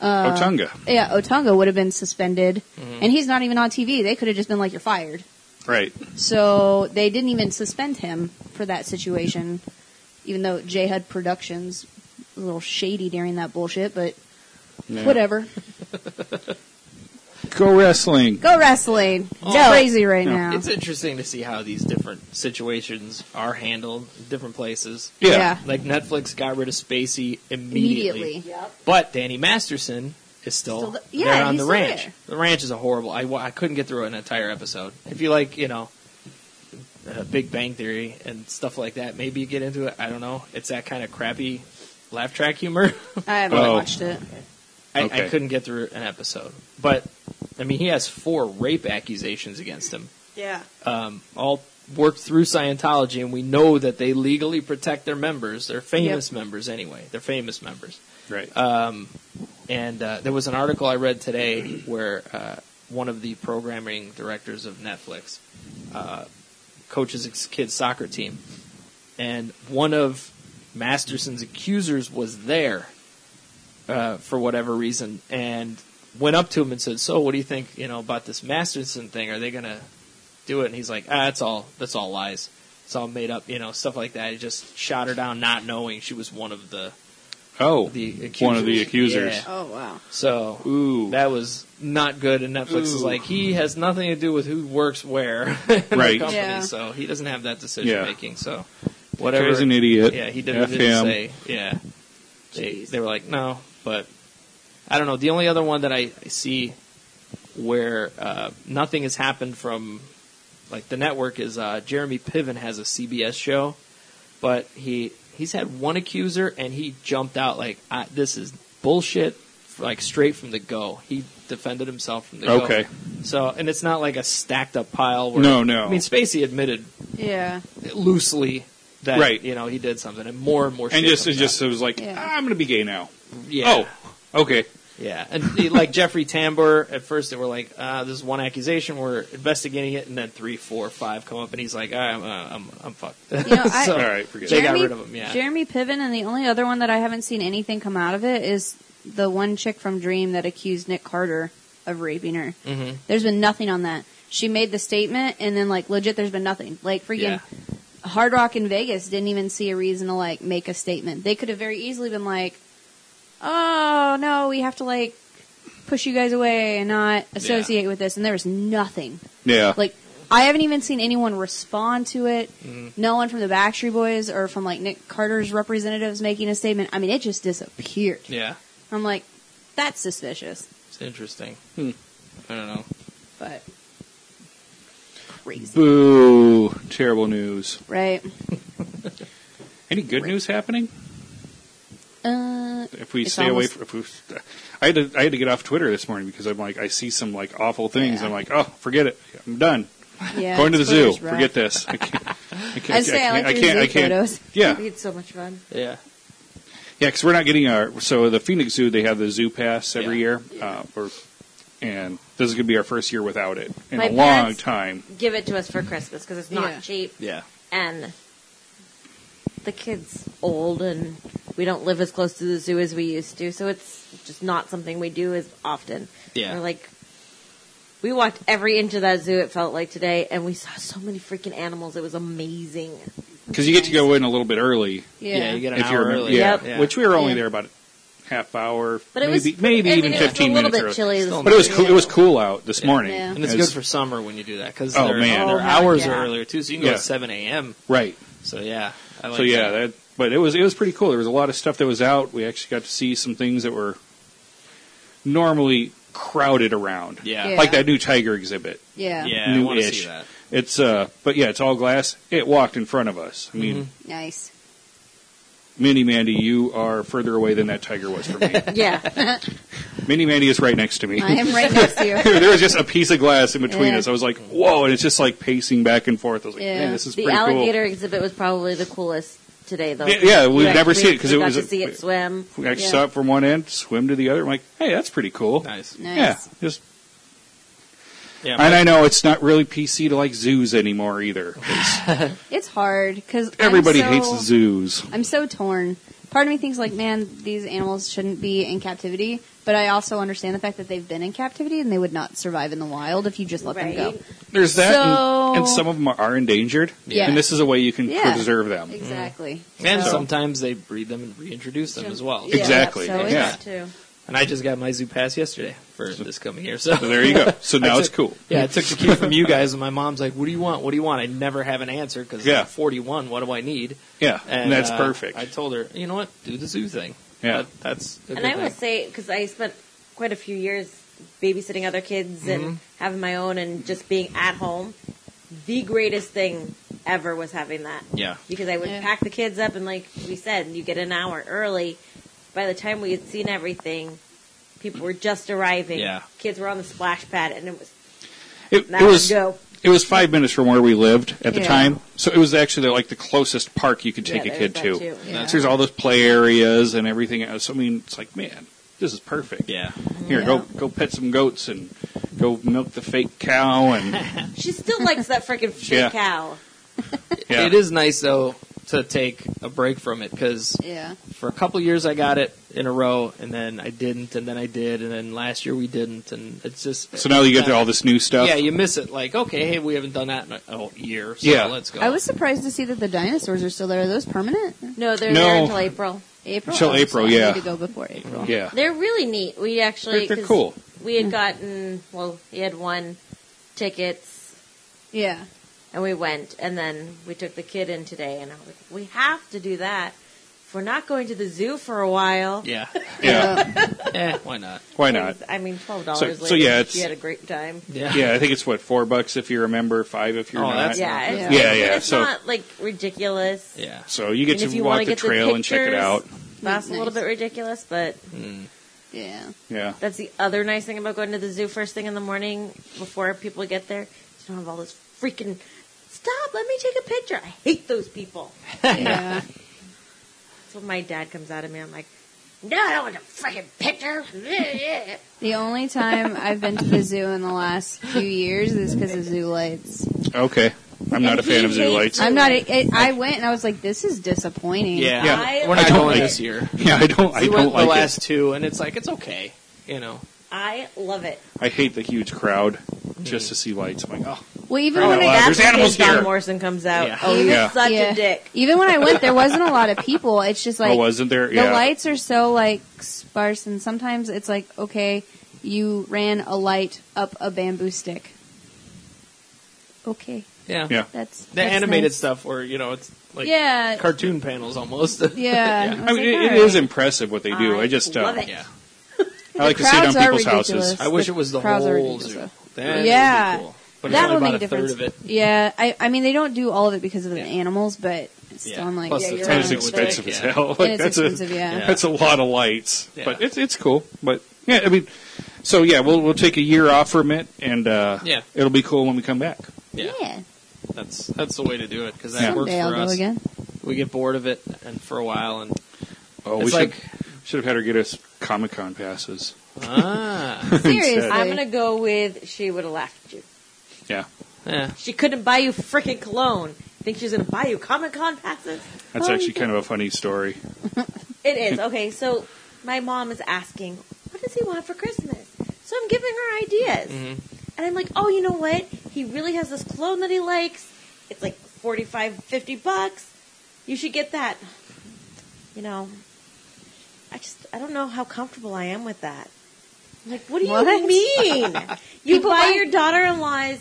Uh, Otunga. yeah, Otunga would have been suspended, Mm-hmm. and he's not even on TV. They could have just been like, you're fired. Right. So they didn't even suspend him for that situation, even though J HUD Productions was a little shady during that bullshit, but Yeah. whatever. Go wrestling. Go wrestling. It's No. crazy right No. now. it's interesting to see how these different situations are handled, in different places. Yeah. Yeah. Like Netflix got rid of Spacey immediately, Immediately. but Danny Masterson is still, Still the- there yeah, on he's the still ranch. there. The ranch is a horrible. I, wa- I couldn't get through an entire episode. If you like, you know, uh, Big Bang Theory and stuff like that, maybe you get into it. I don't know. It's that kind of crappy laugh track humor. I haven't Oh. watched it. I, I Okay. couldn't get through an episode. But I mean, he has four rape accusations against him. Yeah. Um, all worked through Scientology, and we know that they legally protect their members. They're famous members anyway. They're famous members. Right. Um, and uh, there was an article I read today where uh, one of the programming directors of Netflix uh, coaches his kids' soccer team, and one of Masterson's accusers was there uh, for whatever reason and went up to him and said, "So, what do you think? You know about this Masterson thing? Are they gonna do it?" And he's like, "Ah, that's all. That's all lies. It's all made up. You know, stuff like that." He just shot her down, not knowing she was one of the oh, the accusers. one of the accusers. Yeah. Oh, wow. So Ooh. that was not good. And Netflix is Ooh. like, he has nothing to do with who works where in the Right. company, Yeah. so he doesn't have that decision Yeah. making. So whatever. Guy's an idiot. Yeah, he didn't, F didn't him. say. Yeah, they, they were like, no, but I don't know. The only other one that I I see where uh, nothing has happened from like the network is uh, Jeremy Piven has a CBS show, but he he's had one accuser and he jumped out like I, this is bullshit, like straight from the go. He defended himself from the Okay. go. So and it's not like a stacked up pile. Where, No, no. I mean, Spacey admitted Yeah. loosely that Right. you know he did something, and more and more. And shit just it comes just it was like Yeah. "Ah, I'm going to be gay now. out. yeah, Oh, okay. yeah, and he- like Jeffrey Tambor. At first, they were like, uh, "This is one accusation. We're investigating it," and then three, four, five come up, and he's like, "All right, "I'm, uh, I'm, I'm fucked." You know, I- So, All right, forget They it. got Jeremy, rid of him, yeah. Jeremy Piven, and the only other one that I haven't seen anything come out of it is the one chick from Dream that accused Nick Carter of raping her. Mhm. There's been nothing on that. She made the statement, and then like legit, there's been nothing. Like freaking Yeah. Hard Rock in Vegas didn't even see a reason to like make a statement. They could have very easily been like, "Oh no, we have to like push you guys away and not associate with this," and there was nothing. Yeah. Like I haven't even seen anyone respond to it. No one from the Backstreet Boys or from like Nick Carter's representatives making a statement. I mean, it just disappeared. Yeah, I'm like, that's suspicious, it's interesting. Hmm. I don't know. but crazy, Boo! Terrible news. right? Any good news happening? Uh, If we It's stay away almost- from, if we, I had to, I had to get off Twitter this morning because I'm like, I see some like awful things. Yeah. I'm like, oh, forget it. I'm done. yeah, Going to the zoo. Twitter's rough. Forget this. I can't. I can't. I say I can't- like your zoo photos. Yeah, We had so much fun. Yeah, Yeah, because we're not getting our. So the Phoenix Zoo, they have the zoo pass every Yeah. year, uh, or, and this is going to be our first year without it in My a long parents- time. Give it to us for Christmas because it's not Yeah. cheap. yeah. And the kid's old and we don't live as close to the zoo as we used to. So it's just not something we do as often. Yeah. We're like, we walked every inch of that zoo, it felt like today, and we saw so many freaking animals. It was amazing. Because you get to go in a little bit early, Yeah, you get an if you hour remember. early. Yeah, Yep. which we were only Yeah. there about a half hour, But it maybe was maybe I mean, even it was fifteen a little minutes bit early. chilly. Still this But it was morning. cool. It was cool out this morning, Yeah. and it's As- good for summer when you do that because Oh, their, man. their Oh, my hours God. are earlier too, so you can go Yeah. at seven a.m. right. So yeah, I like so yeah, that. that, but it was it was pretty cool. There was a lot of stuff that was out. We actually got to see some things that were normally crowded around. yeah, Yeah. like that new tiger exhibit. yeah, yeah. I want to New-ish. see that. It's uh, but yeah, it's all glass. It walked in front of us. I Mm-hmm. mean, Nice. Minnie Mandy, you are further away than that tiger was from me. Yeah. Minnie Mandy is right next to me. I am right next to you. there was just a piece of glass in between Yeah. us. I was like, whoa, and it's just like pacing back and forth. I was like, Yeah. man, this is the pretty alligator exhibit was probably the coolest today, though. Yeah, yeah, we'd never we- see it 'cause we it got was to a- see it swim. cool. We actually Yeah. saw it from one end, swim to the other. I'm like, hey, that's pretty cool. Nice. Nice. Yeah, just Yeah, and I know it's not really PC to like zoos anymore either. It's hard because Everybody so, hates zoos. I'm so torn. Part of me thinks like, man, these animals shouldn't be in captivity, but I also understand the fact that they've been in captivity and they would not survive in the wild if you just let Right. them go. There's that, So- and, and some of them are, are endangered. Yeah. And this is a way you can Yeah. preserve them. Exactly. and So- sometimes they breed them and reintroduce them as well. Yeah, Exactly. So it's, Yeah. Too. And I just got my zoo pass yesterday for this coming year. So So there you go. So now I it's took- cool. Yeah, I took the key from you guys, and my mom's like, "What do you want? What do you want?" I never have an answer because Yeah. I'm 41. What do I need? Yeah, and that's uh, perfect. I told her, you know what? Do the zoo thing. Yeah. That- that's a good And I will thing. say, because I spent quite a few years babysitting other kids Mm-hmm. and having my own and just being at home, the greatest thing ever was having that. yeah, Because I would Yeah. pack the kids up, and like we said, you get an hour early. By the time we had seen everything, people were just arriving. Yeah. Kids were on the splash pad, and it was, It, now it was go. it was five minutes from where we lived at the Yeah. time, so it was actually like the closest park you could take Yeah, a kid there's to. that too. Yeah. So there's all those play areas and everything else. I mean, it's like, man, this is perfect. yeah. Here, go Yeah. go pet some goats and go milk the fake cow and She still likes that freaking fake Yeah. cow. yeah. It is nice though to take a break from it because yeah. for a couple years I got it in a row, and then I didn't, and then I did, and then last year we didn't, and it's just So now you get all this new stuff. Yeah, you miss it. Like, okay, hey, we haven't done that in a oh, year. So Yeah. let's go. I was surprised to see that the dinosaurs are still there. Are those permanent? No, they're No. there until April. April. Until Oh, so April, I yeah. Need to go before April. yeah. They're really neat. We actually They're- they're 'cause cool. We had gotten well, he had won tickets, Yeah. and we went, and then we took the kid in today, and I was like, we have to do that. If we're not going to the zoo for a while. yeah, Yeah. eh, why not? Why not? I mean, twelve dollars. So- so yeah, it's- she had a great time. Yeah, Yeah, I think it's what four bucks if you're a member, five if you're Oh, not. that's- Yeah, not it's, good. Yeah, but yeah, It's so- not like ridiculous. yeah. So you get And if to you walk wanna the get the trail and check it pictures- out. That's a little Nice. bit ridiculous, but Yeah. Yeah. that's the other nice thing about going to the zoo first thing in the morning before people get there. You don't have all this freaking stop. Let me take a picture. I hate those people. Yeah. So my dad comes out of me. I'm like, no, I don't want a freaking picture. The only time I've been to the zoo in the last few years is because of zoo lights. Okay. I'm not a fan of zoo hates lights. I'm not. It, it, I went and I was like, this is disappointing. Yeah, Yeah. I- we're I not don't going like this it. year. Yeah, I don't. I we don't went like the last two, and it's like it's okay, you know. I love it. I hate the huge crowd just Mm. to see lights. I'm like, oh, Well, even Oh, when I wow. got There's animals John here. Morrison comes out. Yeah. Oh, he's Yeah. such Yeah. a dick. Even when I went, there wasn't a lot of people. It's just like oh, wasn't there? the yeah. lights are so like sparse, and sometimes it's like, okay, you ran a light up a bamboo stick. Okay, Yeah. Yeah. that's The that's animated nice. stuff where, you know, it's like yeah, cartoon panels almost. yeah. yeah. I was mean, like, it, it all is right. impressive what they do. I, I just uh, love it. Yeah. I like to see it on crowds are people's houses. ridiculous. I wish The it was the crowds are whole zoo. ridiculous. That would be Yeah. cool. But it's that only will about make a a third difference. of it. Yeah, I, I mean they don't do all of it because of Yeah. the animals, but it's still Yeah. I'm like, Plus yeah, the you're time And right. it's it would expensive take, as yeah. hell. And Like it's that's expensive, a yeah. Yeah. that's a lot of lights, Yeah. but it's it's cool. But yeah, I mean, so yeah, we'll we'll take a year off from it, and uh, Yeah. it'll be cool when we come back. Yeah. Yeah, That's that's the way to do it because that Yeah. works someday for I'll us. go again. We get bored of it and for a while and Oh, we It's should like- should have had her get us Comic Con passes. ah Seriously, I'm gonna go with she would have laughed at you. Yeah, yeah. She couldn't buy you freaking cologne. Think she's gonna buy you Comic Con passes? that's Oh, actually kind of a funny story. It is okay. So my mom is asking, "What does he want for Christmas?" So I'm giving her ideas, Mhm. and I'm like, "Oh, you know what? He really has this cologne that he likes. It's like 45, 50 bucks. You should get that." You know, I just I don't know how comfortable I am with that. I'm like, what do What? you mean? you People buy buy- your daughter-in-law's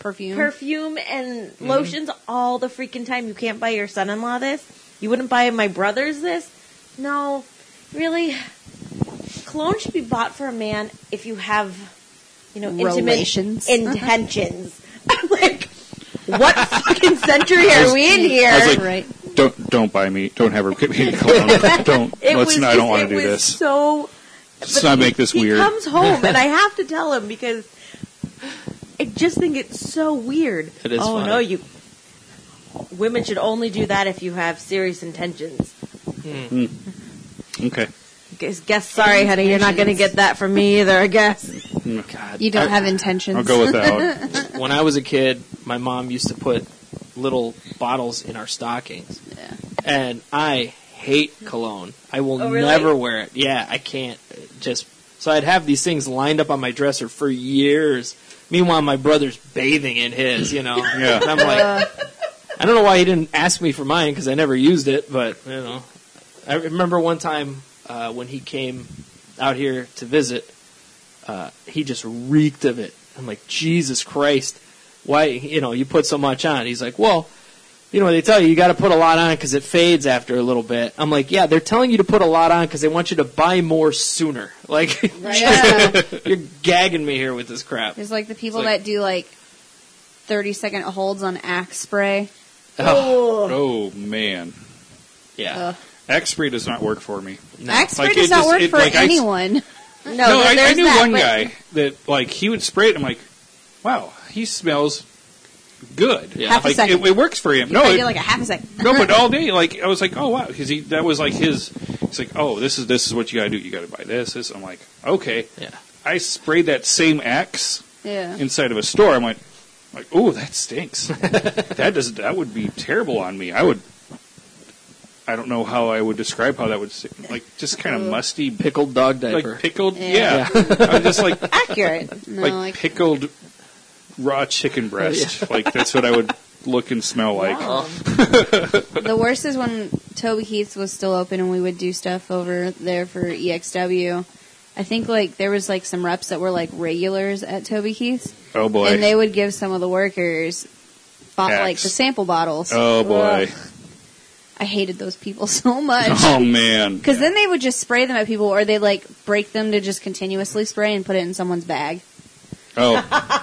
perfume. perfume and Mm-hmm. lotions all the freaking time. You can't buy your son-in-law this. You wouldn't buy my brother's this. No, really. Cologne should be bought for a man if you have, you know, Relations. intimate intentions. I'm like, what fucking century are we in here? I was like, right. don't don't buy me. Don't have her get me a cologne. don't. It let's was not. I just- don't want it to do this. was So let's not make this he weird. comes home, and I have to tell him because I just think it's so weird. It is Oh funny. no, you women should only do that if you have serious intentions. okay. Guess, guess sorry, honey, you're not going to get that from me either. I guess. God. You don't I- have intentions. I'll go with that. one. when I was a kid, my mom used to put little bottles in our stockings. Yeah. And I hate cologne. I will Oh, really? never wear it. Yeah, I can't. It Just so I'd have these things lined up on my dresser for years. Meanwhile, my brother's bathing in his. You know. Yeah. And I'm Uh. like, I don't know why he didn't ask me for mine because I never used it. But you know, I remember one time uh, when he came out here to visit uh, he just reeked of it. I'm like, Jesus Christ, why, you know, you put so much on? He's like, well, you know, they tell you you got to put a lot on because it fades after a little bit. I'm like, yeah, they're telling you to put a lot on because they want you to buy more sooner. Like, Yeah. you're gagging me here with this crap. There's like the people It's like- that do like 30 second holds on axe spray. Ugh, oh man, Uh. yeah. X spray does not work for me. No. Axe spray Like, it does not just- work it- for like, I- anyone. No, Oh, No, I, there's I knew that, one but guy that like he would spray it. I'm like, wow, he smells good. Yeah. Half a like, second. It, it works for him. You no, probably it, do like a half a second. no, but all day. Like I was like, oh wow, because he that was like his. He's like, oh, this is this is what you got to do. You got to buy this. This. I'm like, okay. Yeah. I sprayed that same X Yeah. inside of a store. I'm like, like, oh, that stinks. that does that would be terrible on me. I would. I don't know how I would describe how that would st- like just kind of musty, Pickled dog diaper. like pickled. Yeah. Yeah, I'm just like Accurate. No, like, like, pickled raw chicken breast. Like that's what I would look and smell like. Oh, Wow. the worst is when Toby Keith's was still open and we would do stuff over there for EXW. I think like there was like some reps that were like regulars at Toby Keith's, Oh boy. and they would give some of the workers bought, like Axe. the sample bottles. oh boy. Ugh. I hated those people so much. Oh man. Because then they would just spray them at people, or they like break them to just continuously spray and put it in somene's bag. Oh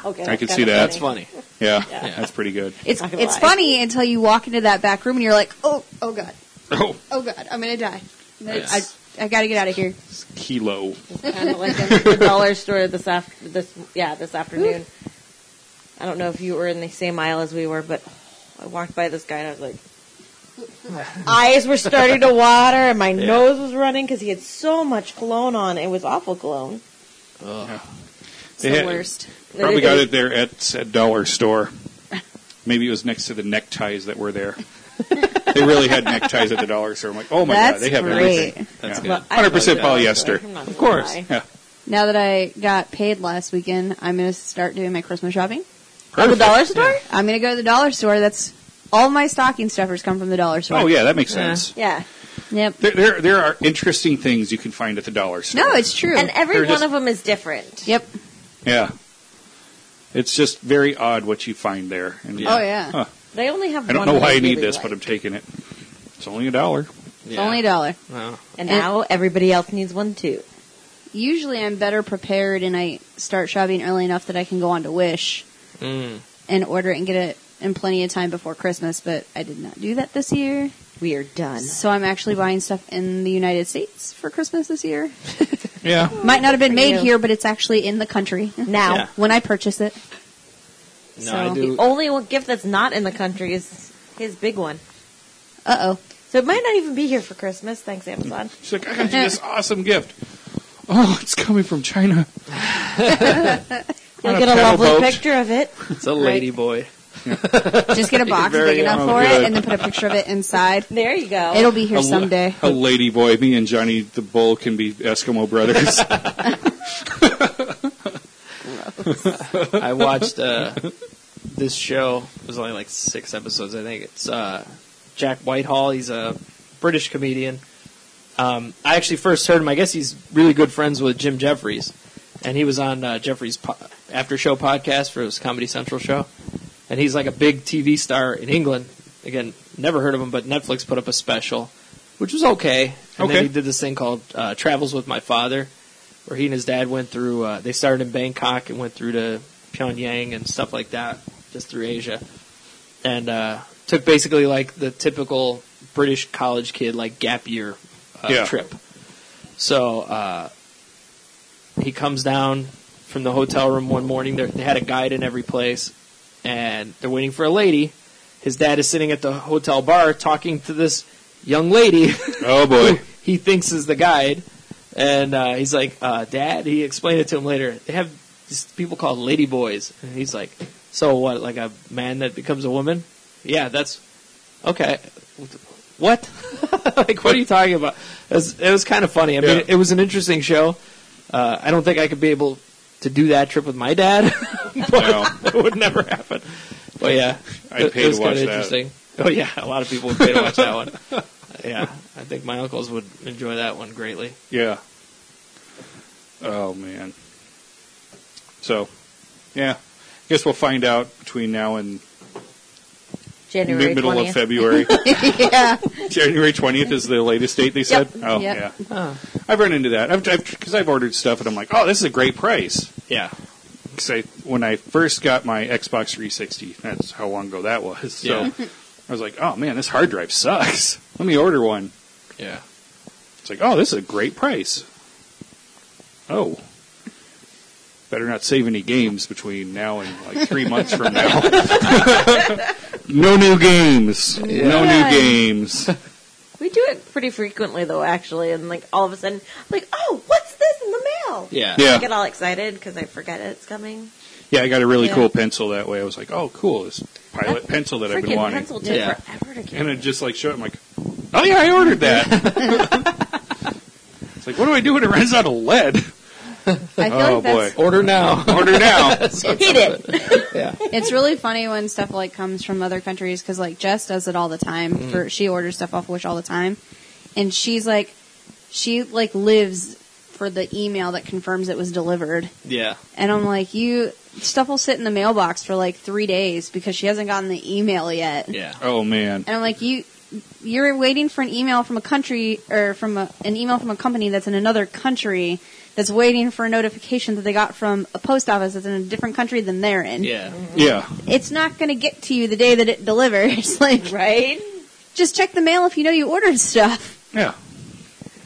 Okay, I could that's see kinda that. That's funny. funny. yeah, that's pretty good. It's Not gonna it's lie. funny until you walk into that back room and you're like, oh oh god, Oh, oh god, I'm gonna die. I Yes. I gotta get out of here. kilo. Kind of like at the dollar store this af- this yeah this afternoon. I don't know if you were in the same aisle as we were, but I walked by this guy and I was like, eyes were starting to water and my nose was running because he had so much cologne on. It was awful cologne. It's They the had- worst. Probably got it there at at dollar store. Maybe it was next to the neckties that were there. they really had neckties at the dollar store. I'm like, oh my god, That's they have great. everything. That's Yeah. good. I- 100% I- polyester. I'm not Of gonna course. lie. Yeah. now that I got paid last weekend, I'm going to start doing my Christmas shopping. Oh, the dollar store? I'm going to go to the dollar store. That's all my stocking stuffers come from the dollar store. Oh yeah, that makes sense. Yeah. Yep. There, there, there are interesting things you can find at the dollar store. No, it's true. And every They're one just- of them is different. yep. yeah. It's just very odd what you find there. And Yeah. Oh yeah. Huh. They only have I don't one know that why I really need this, like. but I'm taking it. It's only a dollar. It's only a dollar. No. And- And now everybody else needs one too. Usually I'm better prepared and I start shopping early enough that I can go on to Wish Mm. and order it and get it in plenty of time before Christmas, but I did not do that this year. We are done. So I'm actually buying stuff in the United States for Christmas this year. Yeah. Might not have been For made you. here, but it's actually in the country Now Yeah. when I purchase it. No, So- I the do. only one gift that's not in the country is his big one. Uh oh. So it might not even be here for Christmas. Thanks, Amazon. She's like, I got you this awesome gift. Oh, it's coming from China. You'll On a get a paddle lovely boat. picture of it. It's a lady boy. Just get a box Very big enough well. for Good. it and then put a picture of it inside. There you go. It'll be here A- Oh. someday. A lady boy, me and Johnny the Bull can be Eskimo brothers. I watched uh, this show. It was only like six episodes, I think. It's uh, Jack Whitehall. He's a British comedian. Um, I actually first heard him. I guess he's really good friends with Jim Jeffries, and he was on uh, Jeffries' po- after show podcast for his Comedy Central show. And he's like a big TV star in England. Again, never heard of him, but Netflix put up a special, which was okay. And then Okay. he did this thing called uh, Travels with My Father, where he and his dad went through. Uh, they started in Bangkok and went through to Pyongyang and stuff like that, just through Asia, and uh, took basically like the typical British college kid like gap year uh, Yeah. trip. So uh, he comes down from the hotel room one morning. There- They had a guide in every place, and they're waiting for a lady. His dad is sitting at the hotel bar talking to this young lady oh boy. he thinks is the guide, and uh, he's like, uh, "Dad." He explained it to him later. They have these people called lady boys, and he's like, "So what? Like a man that becomes a woman?" Yeah, that's okay. What? like, what are you talking about? It was, it was kind of funny. I mean, Yeah. it was an interesting show. Uh, I don't think I could be able to do that trip with my dad. No. it would never happen. But yeah, I'd it, pay it to was watch kinda that. interesting. Oh yeah, a lot of people would pay to watch that one. Yeah, I think my uncles would enjoy that one greatly. Yeah. Oh man. So, yeah. I guess we'll find out between now and January mid- middle 20th. of February. yeah. January 20th is the latest date they said. Oh, Yep. yeah. Huh. I've run into that. I've because I've ordered stuff and I'm like, "Oh, this is a great price." Yeah, Cause I, when I first got my Xbox 360, that's how long ago that was. So Yeah. I was like, "Oh man, this hard drive sucks. Let me order one." yeah. It's like, "Oh, this is a great price." Oh. Better not save any games between now and like 3 months from now. no new games. No Yeah. new games. We do it pretty frequently though, actually, and like all of a sudden, like, oh, what's this in the mail? Yeah. I Yeah. get all excited because I forget it's coming. Yeah, I got a really Yeah. cool pencil that way. I was like, "Oh, cool, this pilot pencil that I've been Freaking wanting." pencil took Yeah. forever to get. And it just like showed. I'm like, "Oh yeah, I ordered that." it's like, what do I do when it runs out of lead? I feel oh like boy, that's, Order now. order now. Hit it. yeah. it's really funny when stuff like comes from other countries because like Jess does it all the time. For she orders stuff off Wish all the time, and she's like, she like lives for the email that confirms it was delivered. Yeah. And I'm like, you stuff will sit in the mailbox for like three days because she hasn't gotten the email yet. Yeah. oh man, And I'm like, you, you're waiting for an email from a country or from a, an email from a company that's in another country that's waiting for a notification that they got from a post office that's in a different country than they're in. Yeah. yeah, It's not going to get to you the day that it delivers. like, Right? just check the mail if you know you ordered stuff. yeah.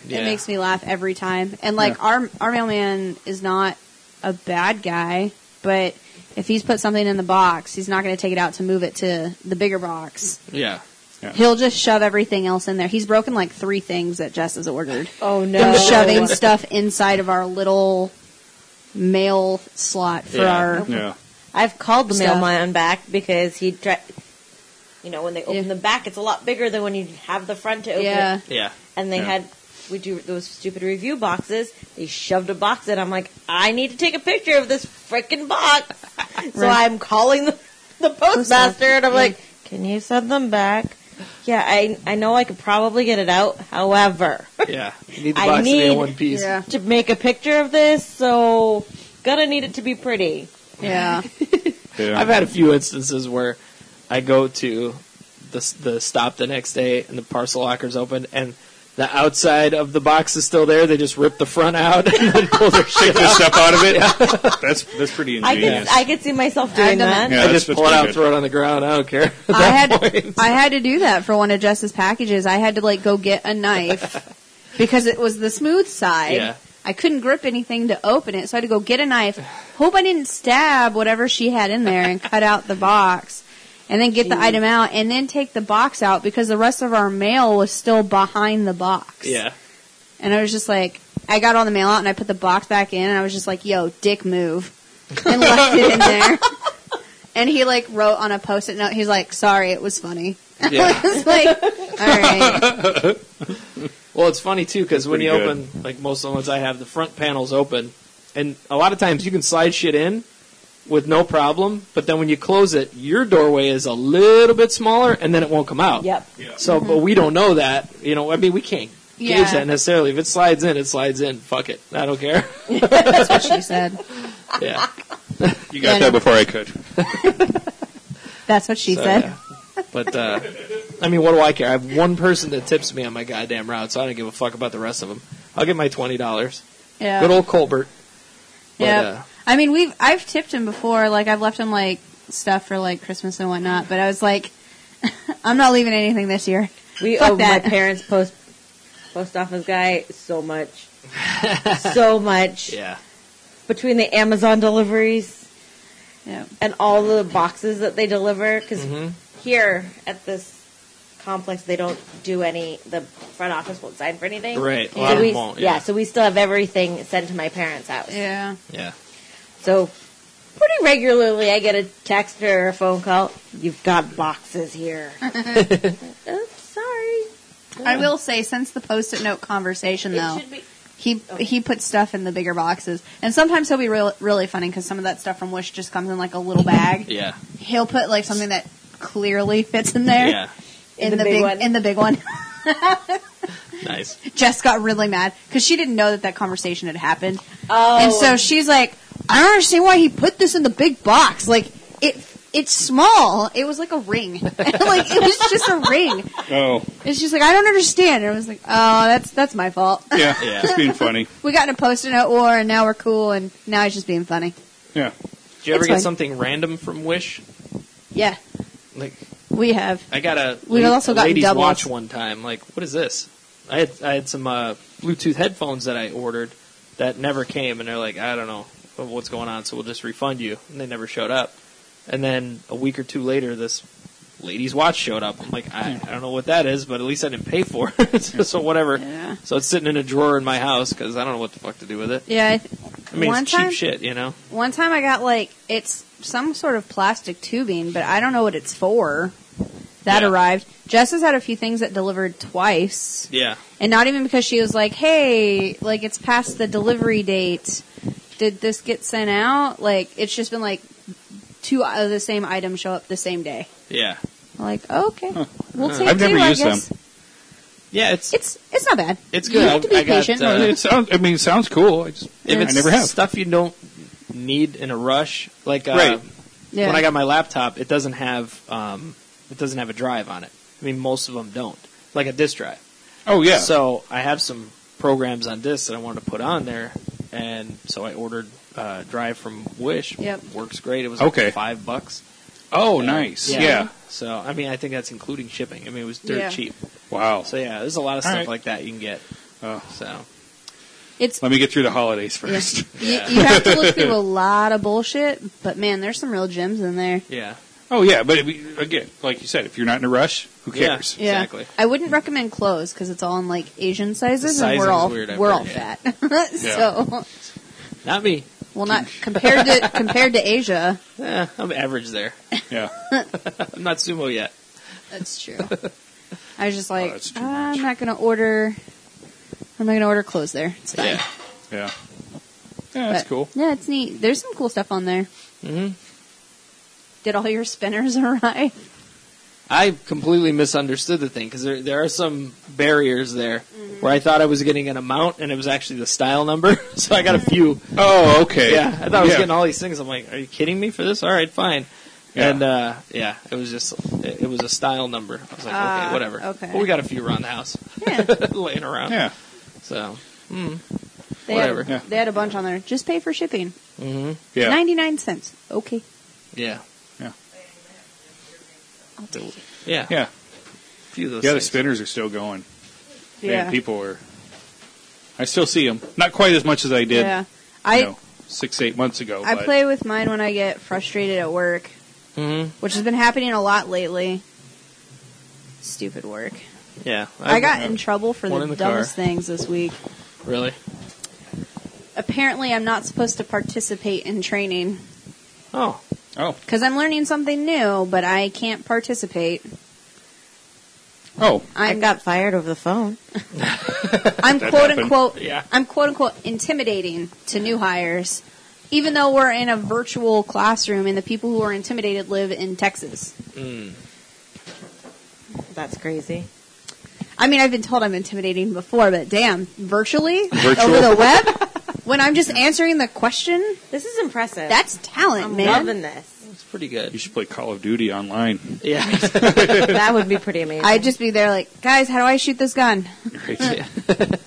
Yeah. It makes me laugh every time. And like Yeah. our our mailman is not a bad guy, but if he's put something in the box, he's not going to take it out to move it to the bigger box. Yeah. He'll just shove everything else in there. He's broken like three things that Jess has ordered. Oh Him no! shoving stuff inside of our little mail slot for Yeah. our. Yeah. I've called the Stuff. mailman back because he tried. You know, when they open Yeah. the back, it's a lot bigger than when you have the front to open. Yeah. It. Yeah. And they Yeah. had we do those stupid review boxes. They shoved a box in. I'm like, I need to take a picture of this freaking box. so I'm calling the, the postmaster and I'm like, can you send them back? Yeah, I I know I could probably get it out. However, Yeah, you need the I box to be need- in one piece. Yeah. to make a picture of this, so gonna need it to be pretty. Yeah. Yeah. I've had a few instances where I go to the the stop the next day and the parcel locker's open and the outside of the box is still there. They just rip the front out and then pull their shit. Take the stuff out of it. That's that's pretty I could ingenious. I could see myself doing I've done that. that. Yeah, I that's- just that's pull it pretty out, good. throw it on the ground. I don't care. At I had that point. I had to do that for one of Jess's packages. I had to like go get a knife because it was the smooth side. Yeah. I couldn't grip anything to open it, so I had to go get a knife. Hope I didn't stab whatever she had in there and cut out the box. And then get the item out and then take the box out because the rest of our mail was still behind the box. Yeah. And I was just like, I got all the mail out and I put the box back in and I was just like, yo, dick move. And left it in there. And he like wrote on a post it note, he's like, sorry, it was funny. Yeah. It's like, all right. Well, it's funny too because when you pretty good. open, like most of the ones I have, the front panel's open, and a lot of times you can slide shit in with no problem. But then when you close it, your doorway is a little bit smaller, and then it won't come out. Yep. So, but we don't know that. You know, I mean, we can't gauge Yeah. that necessarily. If it slides in, it slides in. Fuck it, I don't care. That's what she said. yeah. you Yeah, got that no. before I could. That's what she So, said. yeah. But uh, I mean, what do I care? I have one person that tips me on my goddamn route, so I don't give a fuck about the rest of them. I'll get my twenty dollars. Yeah. Good old Colbert. But, Yep. uh, I mean, we've I've tipped him before. Like I've left him like stuff for like Christmas and whatnot. But I was like, I'm not leaving anything this year. We Fuck owe that. my parents post post office guy so much, so much yeah. between the Amazon deliveries Yep. and all the boxes that they deliver. Because Mhm. here at this complex, they don't do any. The front office won't sign for anything. Right. A lot So of we, them won't, yeah. yeah. So we still have everything sent to my parents' house. Yeah. Yeah. So pretty regularly, I get a text or a phone call. You've got boxes here. Oops, sorry. I will say, since the post-it note conversation, though, It should be. he he puts stuff in the bigger boxes, and sometimes he'll be real, really funny because some of that stuff from Wish just comes in like a little bag. Yeah. He'll put like something that clearly fits in there Yeah. in, the, big, one. in the big one. Nice. Jess got really mad because she didn't know that that conversation had happened, Oh, and so she's like, "I don't understand why he put this in the big box. Like it." It's small. It was like a ring. like it was just a ring. Oh, And she's like, I don't understand. And I was like, Oh, that's that's my fault. yeah, Yeah. just being funny. We got in a post-it note war, and now we're cool, and now he's just being funny. Yeah, Did you ever It's get fine. something random from Wish? Yeah, Like we have. I got a We've la- also a gotten ladies doubles. watch one time. Like what is this? I had I had some uh, Bluetooth headphones that I ordered that never came, and they're like, I don't know what's going on, so we'll just refund you, and they never showed up. And then a week or two later, this ladies watch showed up. I'm like, I, Hmm. I don't know what that is, but at least I didn't pay for it, so whatever. Yeah. So it's sitting in a drawer in my house because I don't know what the fuck to do with it. Yeah, I th- I mean, one it's cheap time, shit, you know. one time I got like it's some sort of plastic tubing, but I don't know what it's for. That Yeah. arrived. Jess has had a few things that delivered twice. Yeah. And not even because she was like, hey, like it's past the delivery date. Did this get sent out? Like it's just been like two of the same items show up the same day. Yeah. I'm like, okay. We'll Huh. take I've never two, used I guess. them. Yeah, it's It's it's not bad. It's You good. have to be I got, patient. uh, it sounds. I mean, it sounds cool. I just, if I it's never have. stuff you don't need in a rush, like uh, Right. yeah. when I got my laptop, it doesn't have um, it doesn't have a drive on it. I mean, most of them don't, like a disk drive. Oh yeah. So I have some programs on disk that I wanted to put on there, and so I ordered uh, drive from Wish. Yep. Works great. It was Okay. like five bucks. oh, And- nice. Yeah. So I mean, I think that's including shipping. I mean, it was dirt Yeah. cheap. Wow. So yeah, there's a lot of stuff right. like that you can get. Oh. So it's Let me get through the holidays Yeah. first. Yeah. You, you have to look through a lot of bullshit, but man, there's some real gems in there. yeah, Oh yeah, but it, again, like you said, if you're not in a rush, who Yeah. cares? Yeah. Exactly. I wouldn't recommend clothes because it's all in like Asian sizes, The and sizing's we're all weird, I've we're heard, all yeah. fat. so, not me. well, not compared to compared to Asia. Eh, I'm average there. Yeah. I'm not sumo yet. Oh, That's true. I was just like, that's too I'm not gonna order. I'm I'm not gonna order clothes there. It's fine. Yeah. Yeah. Yeah, that's But- cool. Yeah, it's neat. There's some cool stuff on there. hmm Did all your spinners arrive? I completely misunderstood the thing because there, there are some barriers there where I thought I was getting an amount and it was actually the style number. so I got a few. Oh, okay. Yeah, I thought I was getting all these things. I'm like, are you kidding me for this? All right, fine. Yeah. And uh, yeah, it was just it, it was a style number. I was like, okay, Ah, whatever. okay. But we got a few around the house Yeah. laying around. Yeah. So They Whatever. Had, Yeah. They had a bunch on there. Just pay for shipping. hmm Yeah. 99 cents. Okay. yeah, I'll take it. yeah, Yeah. A few of those. Yeah, the things. spinners are still going. Yeah. Man, people are. I still see them. Not quite as much as I did. yeah. You I know, six, eight months ago. I but play with mine when I get frustrated at work, Mhm. which has been happening a lot lately. Stupid work. Yeah, I, got in trouble for One the, in the dumbest car. things this week. really. Apparently, I'm not supposed to participate in training Oh, Oh, because I'm learning something new, but I can't participate. oh, I I'm got fired over the phone. I'm That quote happened. unquote Yeah. I'm quote unquote intimidating to new hires. Even though we're in a virtual classroom and the people who are intimidated live in Texas. That's crazy. I mean, I've been told I'm intimidating before, but damn, virtually Virtual. over the web when I'm just answering the question, This is impressive. that's talent, I'm man. loving this. it's pretty you good. should play Call of Duty online. Yeah. that would be pretty amazing. I'd just be there like, "Guys, how do I shoot this gun?" Right?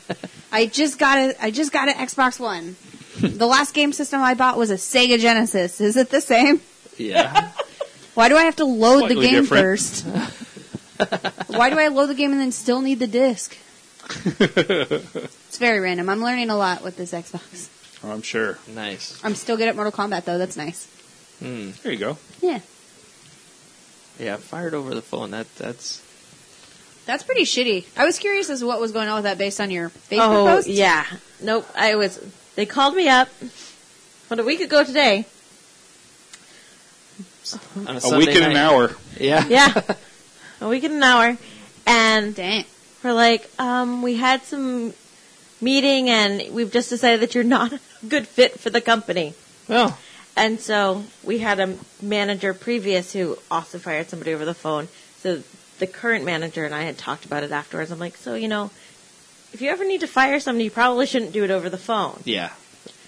I just got a I just got an Xbox 1. Hmm. the last game system I bought was a Sega Genesis. Is it the same? yeah. Why do I have to load the Slightly game different. first? Why do I load the game and then still need the disc? it's very random. I'm learning a lot with this Xbox. Oh, I'm sure. Nice. I'm still good at Mortal Kombat though. That's nice. Mm. There you go. Yeah, Yeah, fired over the phone. That that's that's pretty shitty. I was curious as to what was going on with that based on your Facebook oh post. yeah. Nope. I was. They called me up. What a week ago today. on a, A Sunday week in an night. hour. Yeah. Yeah. a week and an hour, and Dang. we're like, um, we had some meeting, and we've just decided that you're not a good fit for the company. Oh. And so we had a manager previous who also fired somebody over the phone. So the current manager and I had talked about it afterwards. I'm like, so you know, if you ever need to fire somebody, you probably shouldn't do it over the phone. Yeah.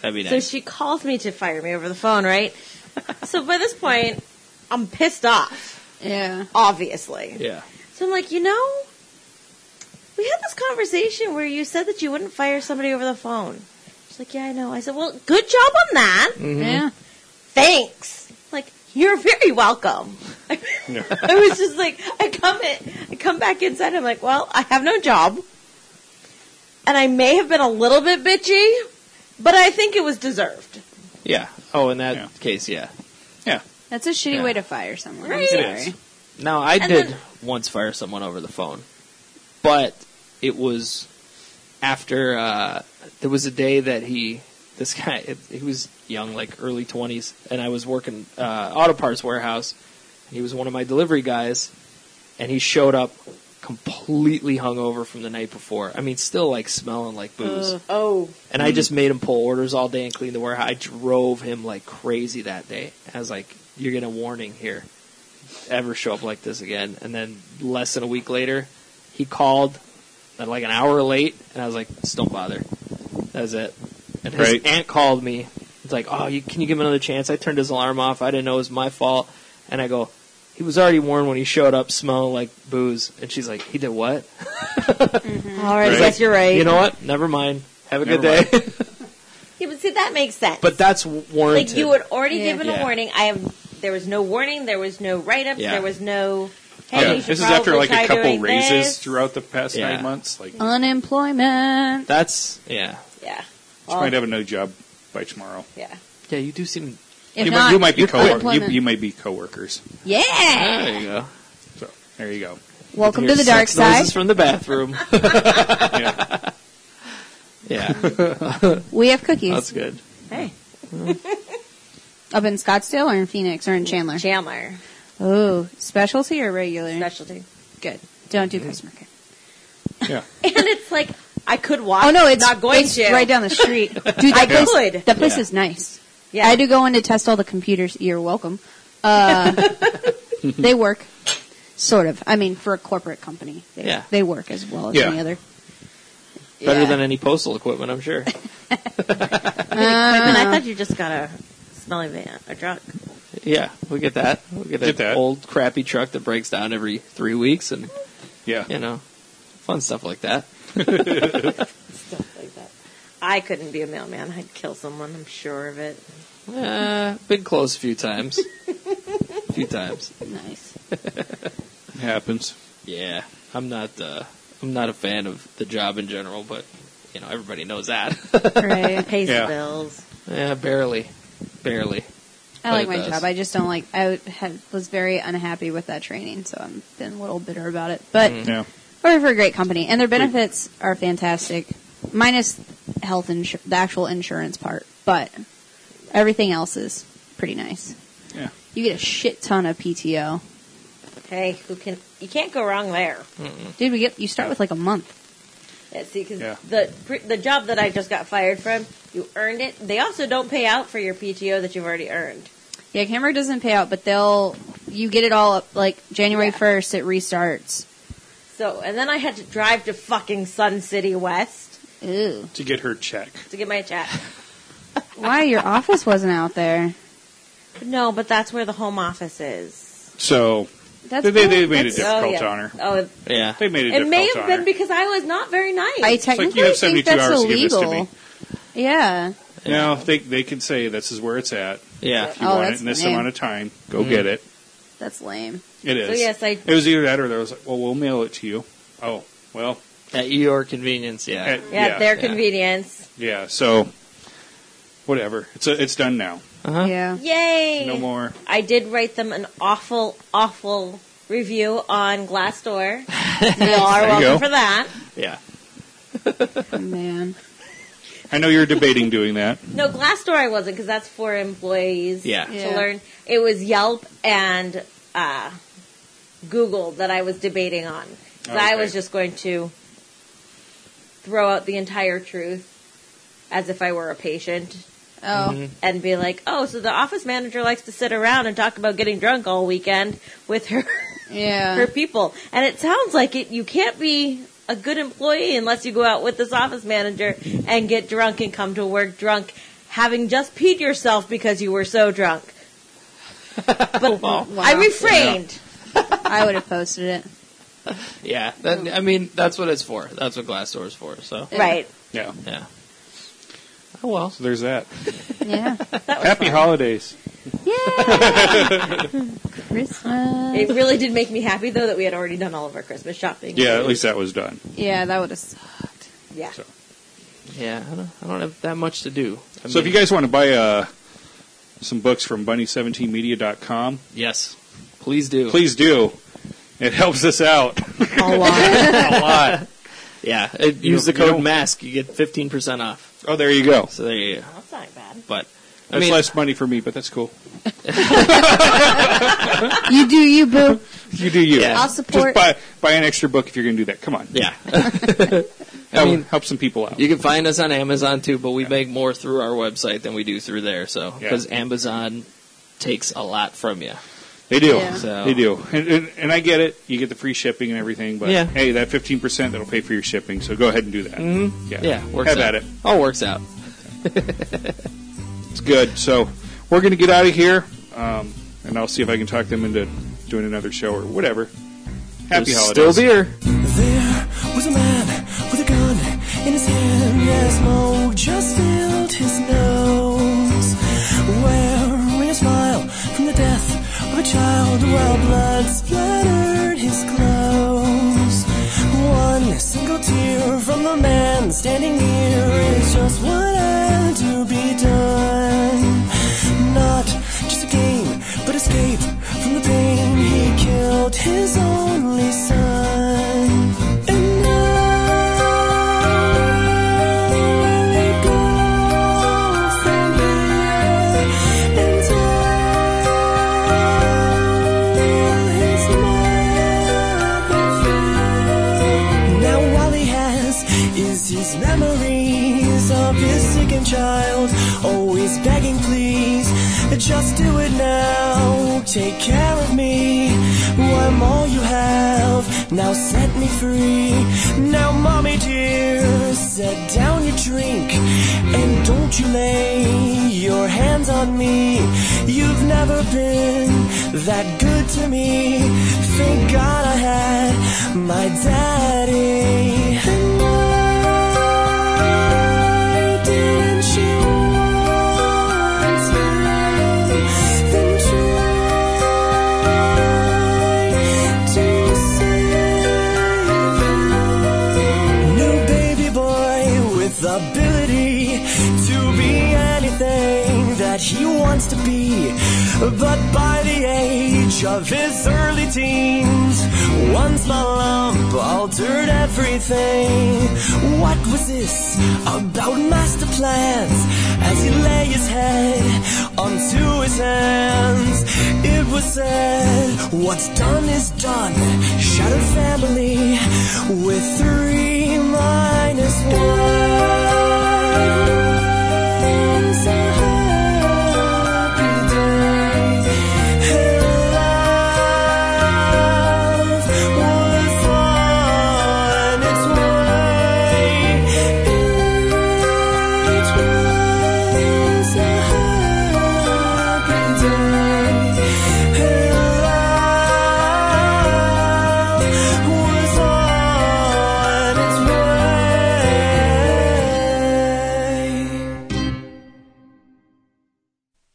That'd be So nice. she calls me to fire me over the phone, right? so by this point, I'm pissed off, Yeah. obviously. yeah. So I'm like, you know, we had this conversation where you said that you wouldn't fire somebody over the phone. She's like, yeah, I know. I said, well, good job on that. Mm. Mm-hmm. Yeah. Thanks. Like, you're very welcome. I was just like, I come in, I come back inside. I'm like, well, I have no job, and I may have been a little bit bitchy, but I think it was deserved. Yeah. Oh, in that Yeah. case, yeah. That's a shitty Yeah. way to fire someone. Right. I'm It sorry. is. Now I And did then- once fire someone over the phone, but it was after uh, there was a day that he this guy it, he was young like early twenties and I was working uh, auto parts warehouse. He was one of my delivery guys, and he showed up completely hungover from the night before. I mean, still like smelling like booze. Oh, And I just made him pull orders all day and clean the warehouse. I drove him like crazy that day. I was like, "You're getting a warning here. Ever show up like this again?" And then less than a week later, he called uh, like an hour late, and I was like, "Just don't bother." That was it. And his Right. aunt called me. It's like, "Oh, you, can you give him another chance?" I turned his alarm off. I didn't know it was my fault. And I go, "He was already warned when he showed up, smelling like booze." And she's like, "He did what?" all right. Right. I guess you're right. You know what? Never mind. Have a Never good day. yeah, but see, that makes sense. but that's warranted. like you had already Yeah. given Yeah. a warning. I have. There was no warning. There was no write ups. Yeah. There was no. Hey, Yeah. you should This is after probably like a try couple doing raises this. throughout the past Yeah. nine months. Like, you Unemployment. That's yeah, Yeah. Oh. might have a no job by tomorrow. Yeah. yeah. You do seem. If you, not, might, you might be you're co you, unemployment. you might be coworkers. yeah. There you go. So there you go. Welcome Hear to the dark sex side. Noises from the bathroom. Yeah. yeah, We have cookies that's good. Hey, up in Scottsdale or in Phoenix or in Chandler. Chandler Oh, specialty or regular? specialty. Mm-hmm. Good. Don't do customer care. Yeah. And it's like I could walk. Oh no, it's not going it's to. right down the street, dude. That I place, could. that place is nice. Yeah. I do go in to test all the computers. You're welcome. Uh, they work, sort of. I mean, for a corporate company, they, Yeah. they work as well as Yeah. any other. Better Yeah. than any postal equipment, I'm sure. Equipment. I thought you just got a smelly van or truck. yeah, we get that. We get, Get an that. old crappy truck that breaks down every three weeks, and Yeah. you know, fun stuff like that. Stuff like that. I couldn't be a mailman. I'd kill someone. I'm sure of it. Uh, been close a few times. a few times. Nice. It happens. Yeah, I'm not. Uh, I'm not a fan of the job in general, but you know, everybody knows that. Right. Pays Yeah. the bills. yeah, barely, barely. But I like it my does. job. I just don't like. I had, was very unhappy with that training, so I'm been a little bitter about it. But Mm-hmm. Yeah. working for a great company, and their benefits are fantastic, minus health insu- the actual insurance part, but everything else is pretty nice. Yeah. You get a shit ton of PTO, Hmm. Hey, who can? You can't go wrong there. dude. We get you start with like a month. Yeah, see, because Yeah. the pre- the job that I just got fired from, you earned it. They also don't pay out for your PTO that you've already earned. Yeah, Camera doesn't pay out, but they'll you get it all up like January Yeah. first. It restarts. So, and then I had to drive to fucking Sun City West Ew. To get her check. to get my check. Why your office wasn't out there? no, but that's where the home office is. So That's They- they- they made that's- it different. Difficult oh, yeah. on her. Oh, it- Yeah, they made it it difficult may have on been her. because I was not very nice. I like, technically you have think 72 that's hours to give this to illegal. me. Yeah. Now they they can say this is where it's at. yeah. If you Oh, want it that's in this lame. amount of time, go get it. That's lame. It is. so yes, I It was either that or there was like, well, we'll mail it to you. Oh, well, At your convenience, yeah. at- yeah, yeah, their yeah. convenience. yeah, So whatever. It's a, it's done now. uh-huh. Yeah. Yay! No more. I did write them an awful, awful review on Glassdoor. you all are There you welcome go. for that. yeah. Man. I know you're debating doing that. No, Glassdoor I wasn't because that's for employees. Yeah. To Yeah. learn, it was Yelp and uh, Google that I was debating on. So I Okay. was just going to throw out the entire truth as if I were a patient Oh. Mm-hmm. and be like, "Oh, so the office manager likes to sit around and talk about getting drunk all weekend with her Yeah. her people." And it sounds like it. You can't be a good employee unless you go out with this office manager and get drunk and come to work drunk, having just peed yourself because you were so drunk. But I Oh, Wow. refrained. I would have posted it. Yeah, that, I mean that's what it's for. That's what Glassdoor is for. So Yeah. Right. Yeah. yeah. Oh well. So there's that. Yeah. Happy holidays. Christmas. It really did make me happy though that we had already done all of our Christmas shopping. Yeah, at least that was done. Yeah, that would have sucked. Yeah. So- Yeah, I don't, I don't have that much to do. I So if you mean- guys want to buy uh, some books from bunny17media.com, yes, please do. please do. It helps us out A lot. a lot. Yeah, uh, use You the don't- you code don't- mask. You get fifteen percent off. Oh, there you go. So there you go. That's not bad. But I That's mean, less money for me, but that's cool. you do you, boo. You do you. Yeah. I'll Just support. buy, buy an extra book if you're going to do that. Come on. yeah, That mean- would help some people out. you can find us on Amazon too. But we make more through our website than we do through there. So Yeah. because Amazon takes a lot from you. They do. Yeah. So- They do. And, and, and I get it. You get the free shipping and everything, but Yeah. hey, that 15% that'll pay for your shipping, so go ahead and do that. Mm-hmm. Yeah. Yeah, works Have out. at it. All works out. It's good. So we're going to get out of here, um, and I'll see if I can talk them into doing another show or whatever. Happy There's holidays. Still beer. There was a man with a gun in his hand as smoke just filled his nose. Wearing a smile from the death of a child while blood splattered his clothes. One single tear from the man standing near is just what had to be done. Not just a game, but escape from the pain. He killed his only son. And now he goes from there until his mother fell. Now all he has is his shaken child, always begging, please, just do it now. Take care of me. I'm all you have. Now set me free. Now, mommy dear, set down your drink and don't you lay your hands on me. You've never been that good to me. Thank God I had my daddy. And why didn't she want him? Then try to save him. No baby boy with ability to be anything that he wants to be. But by the age of his early teens, one small lump altered everything. What was this about master plans? As he lay his head onto his hands, it was said, What's done is done. Shattered family with three minus one. It's a happy day. Her life was on its way. It was a happy day. Her life was on its way.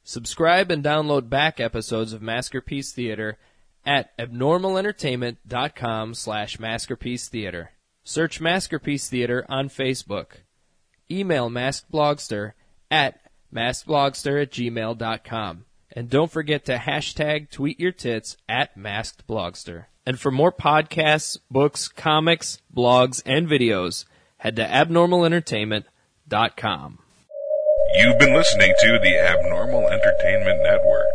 Subscribe and download back episodes of Masterpiece Theater at abnormalentertainment.com slash Masterpiece Theater. Search Masterpiece Theater on Facebook. Email maskblogster at maskblogster at gmail.com. And don't forget to hashtag tweet your tits at maskedblogster. And for more podcasts, books, comics, blogs, and videos, head to abnormalentertainment.com. You've been listening to the Abnormal Entertainment Network.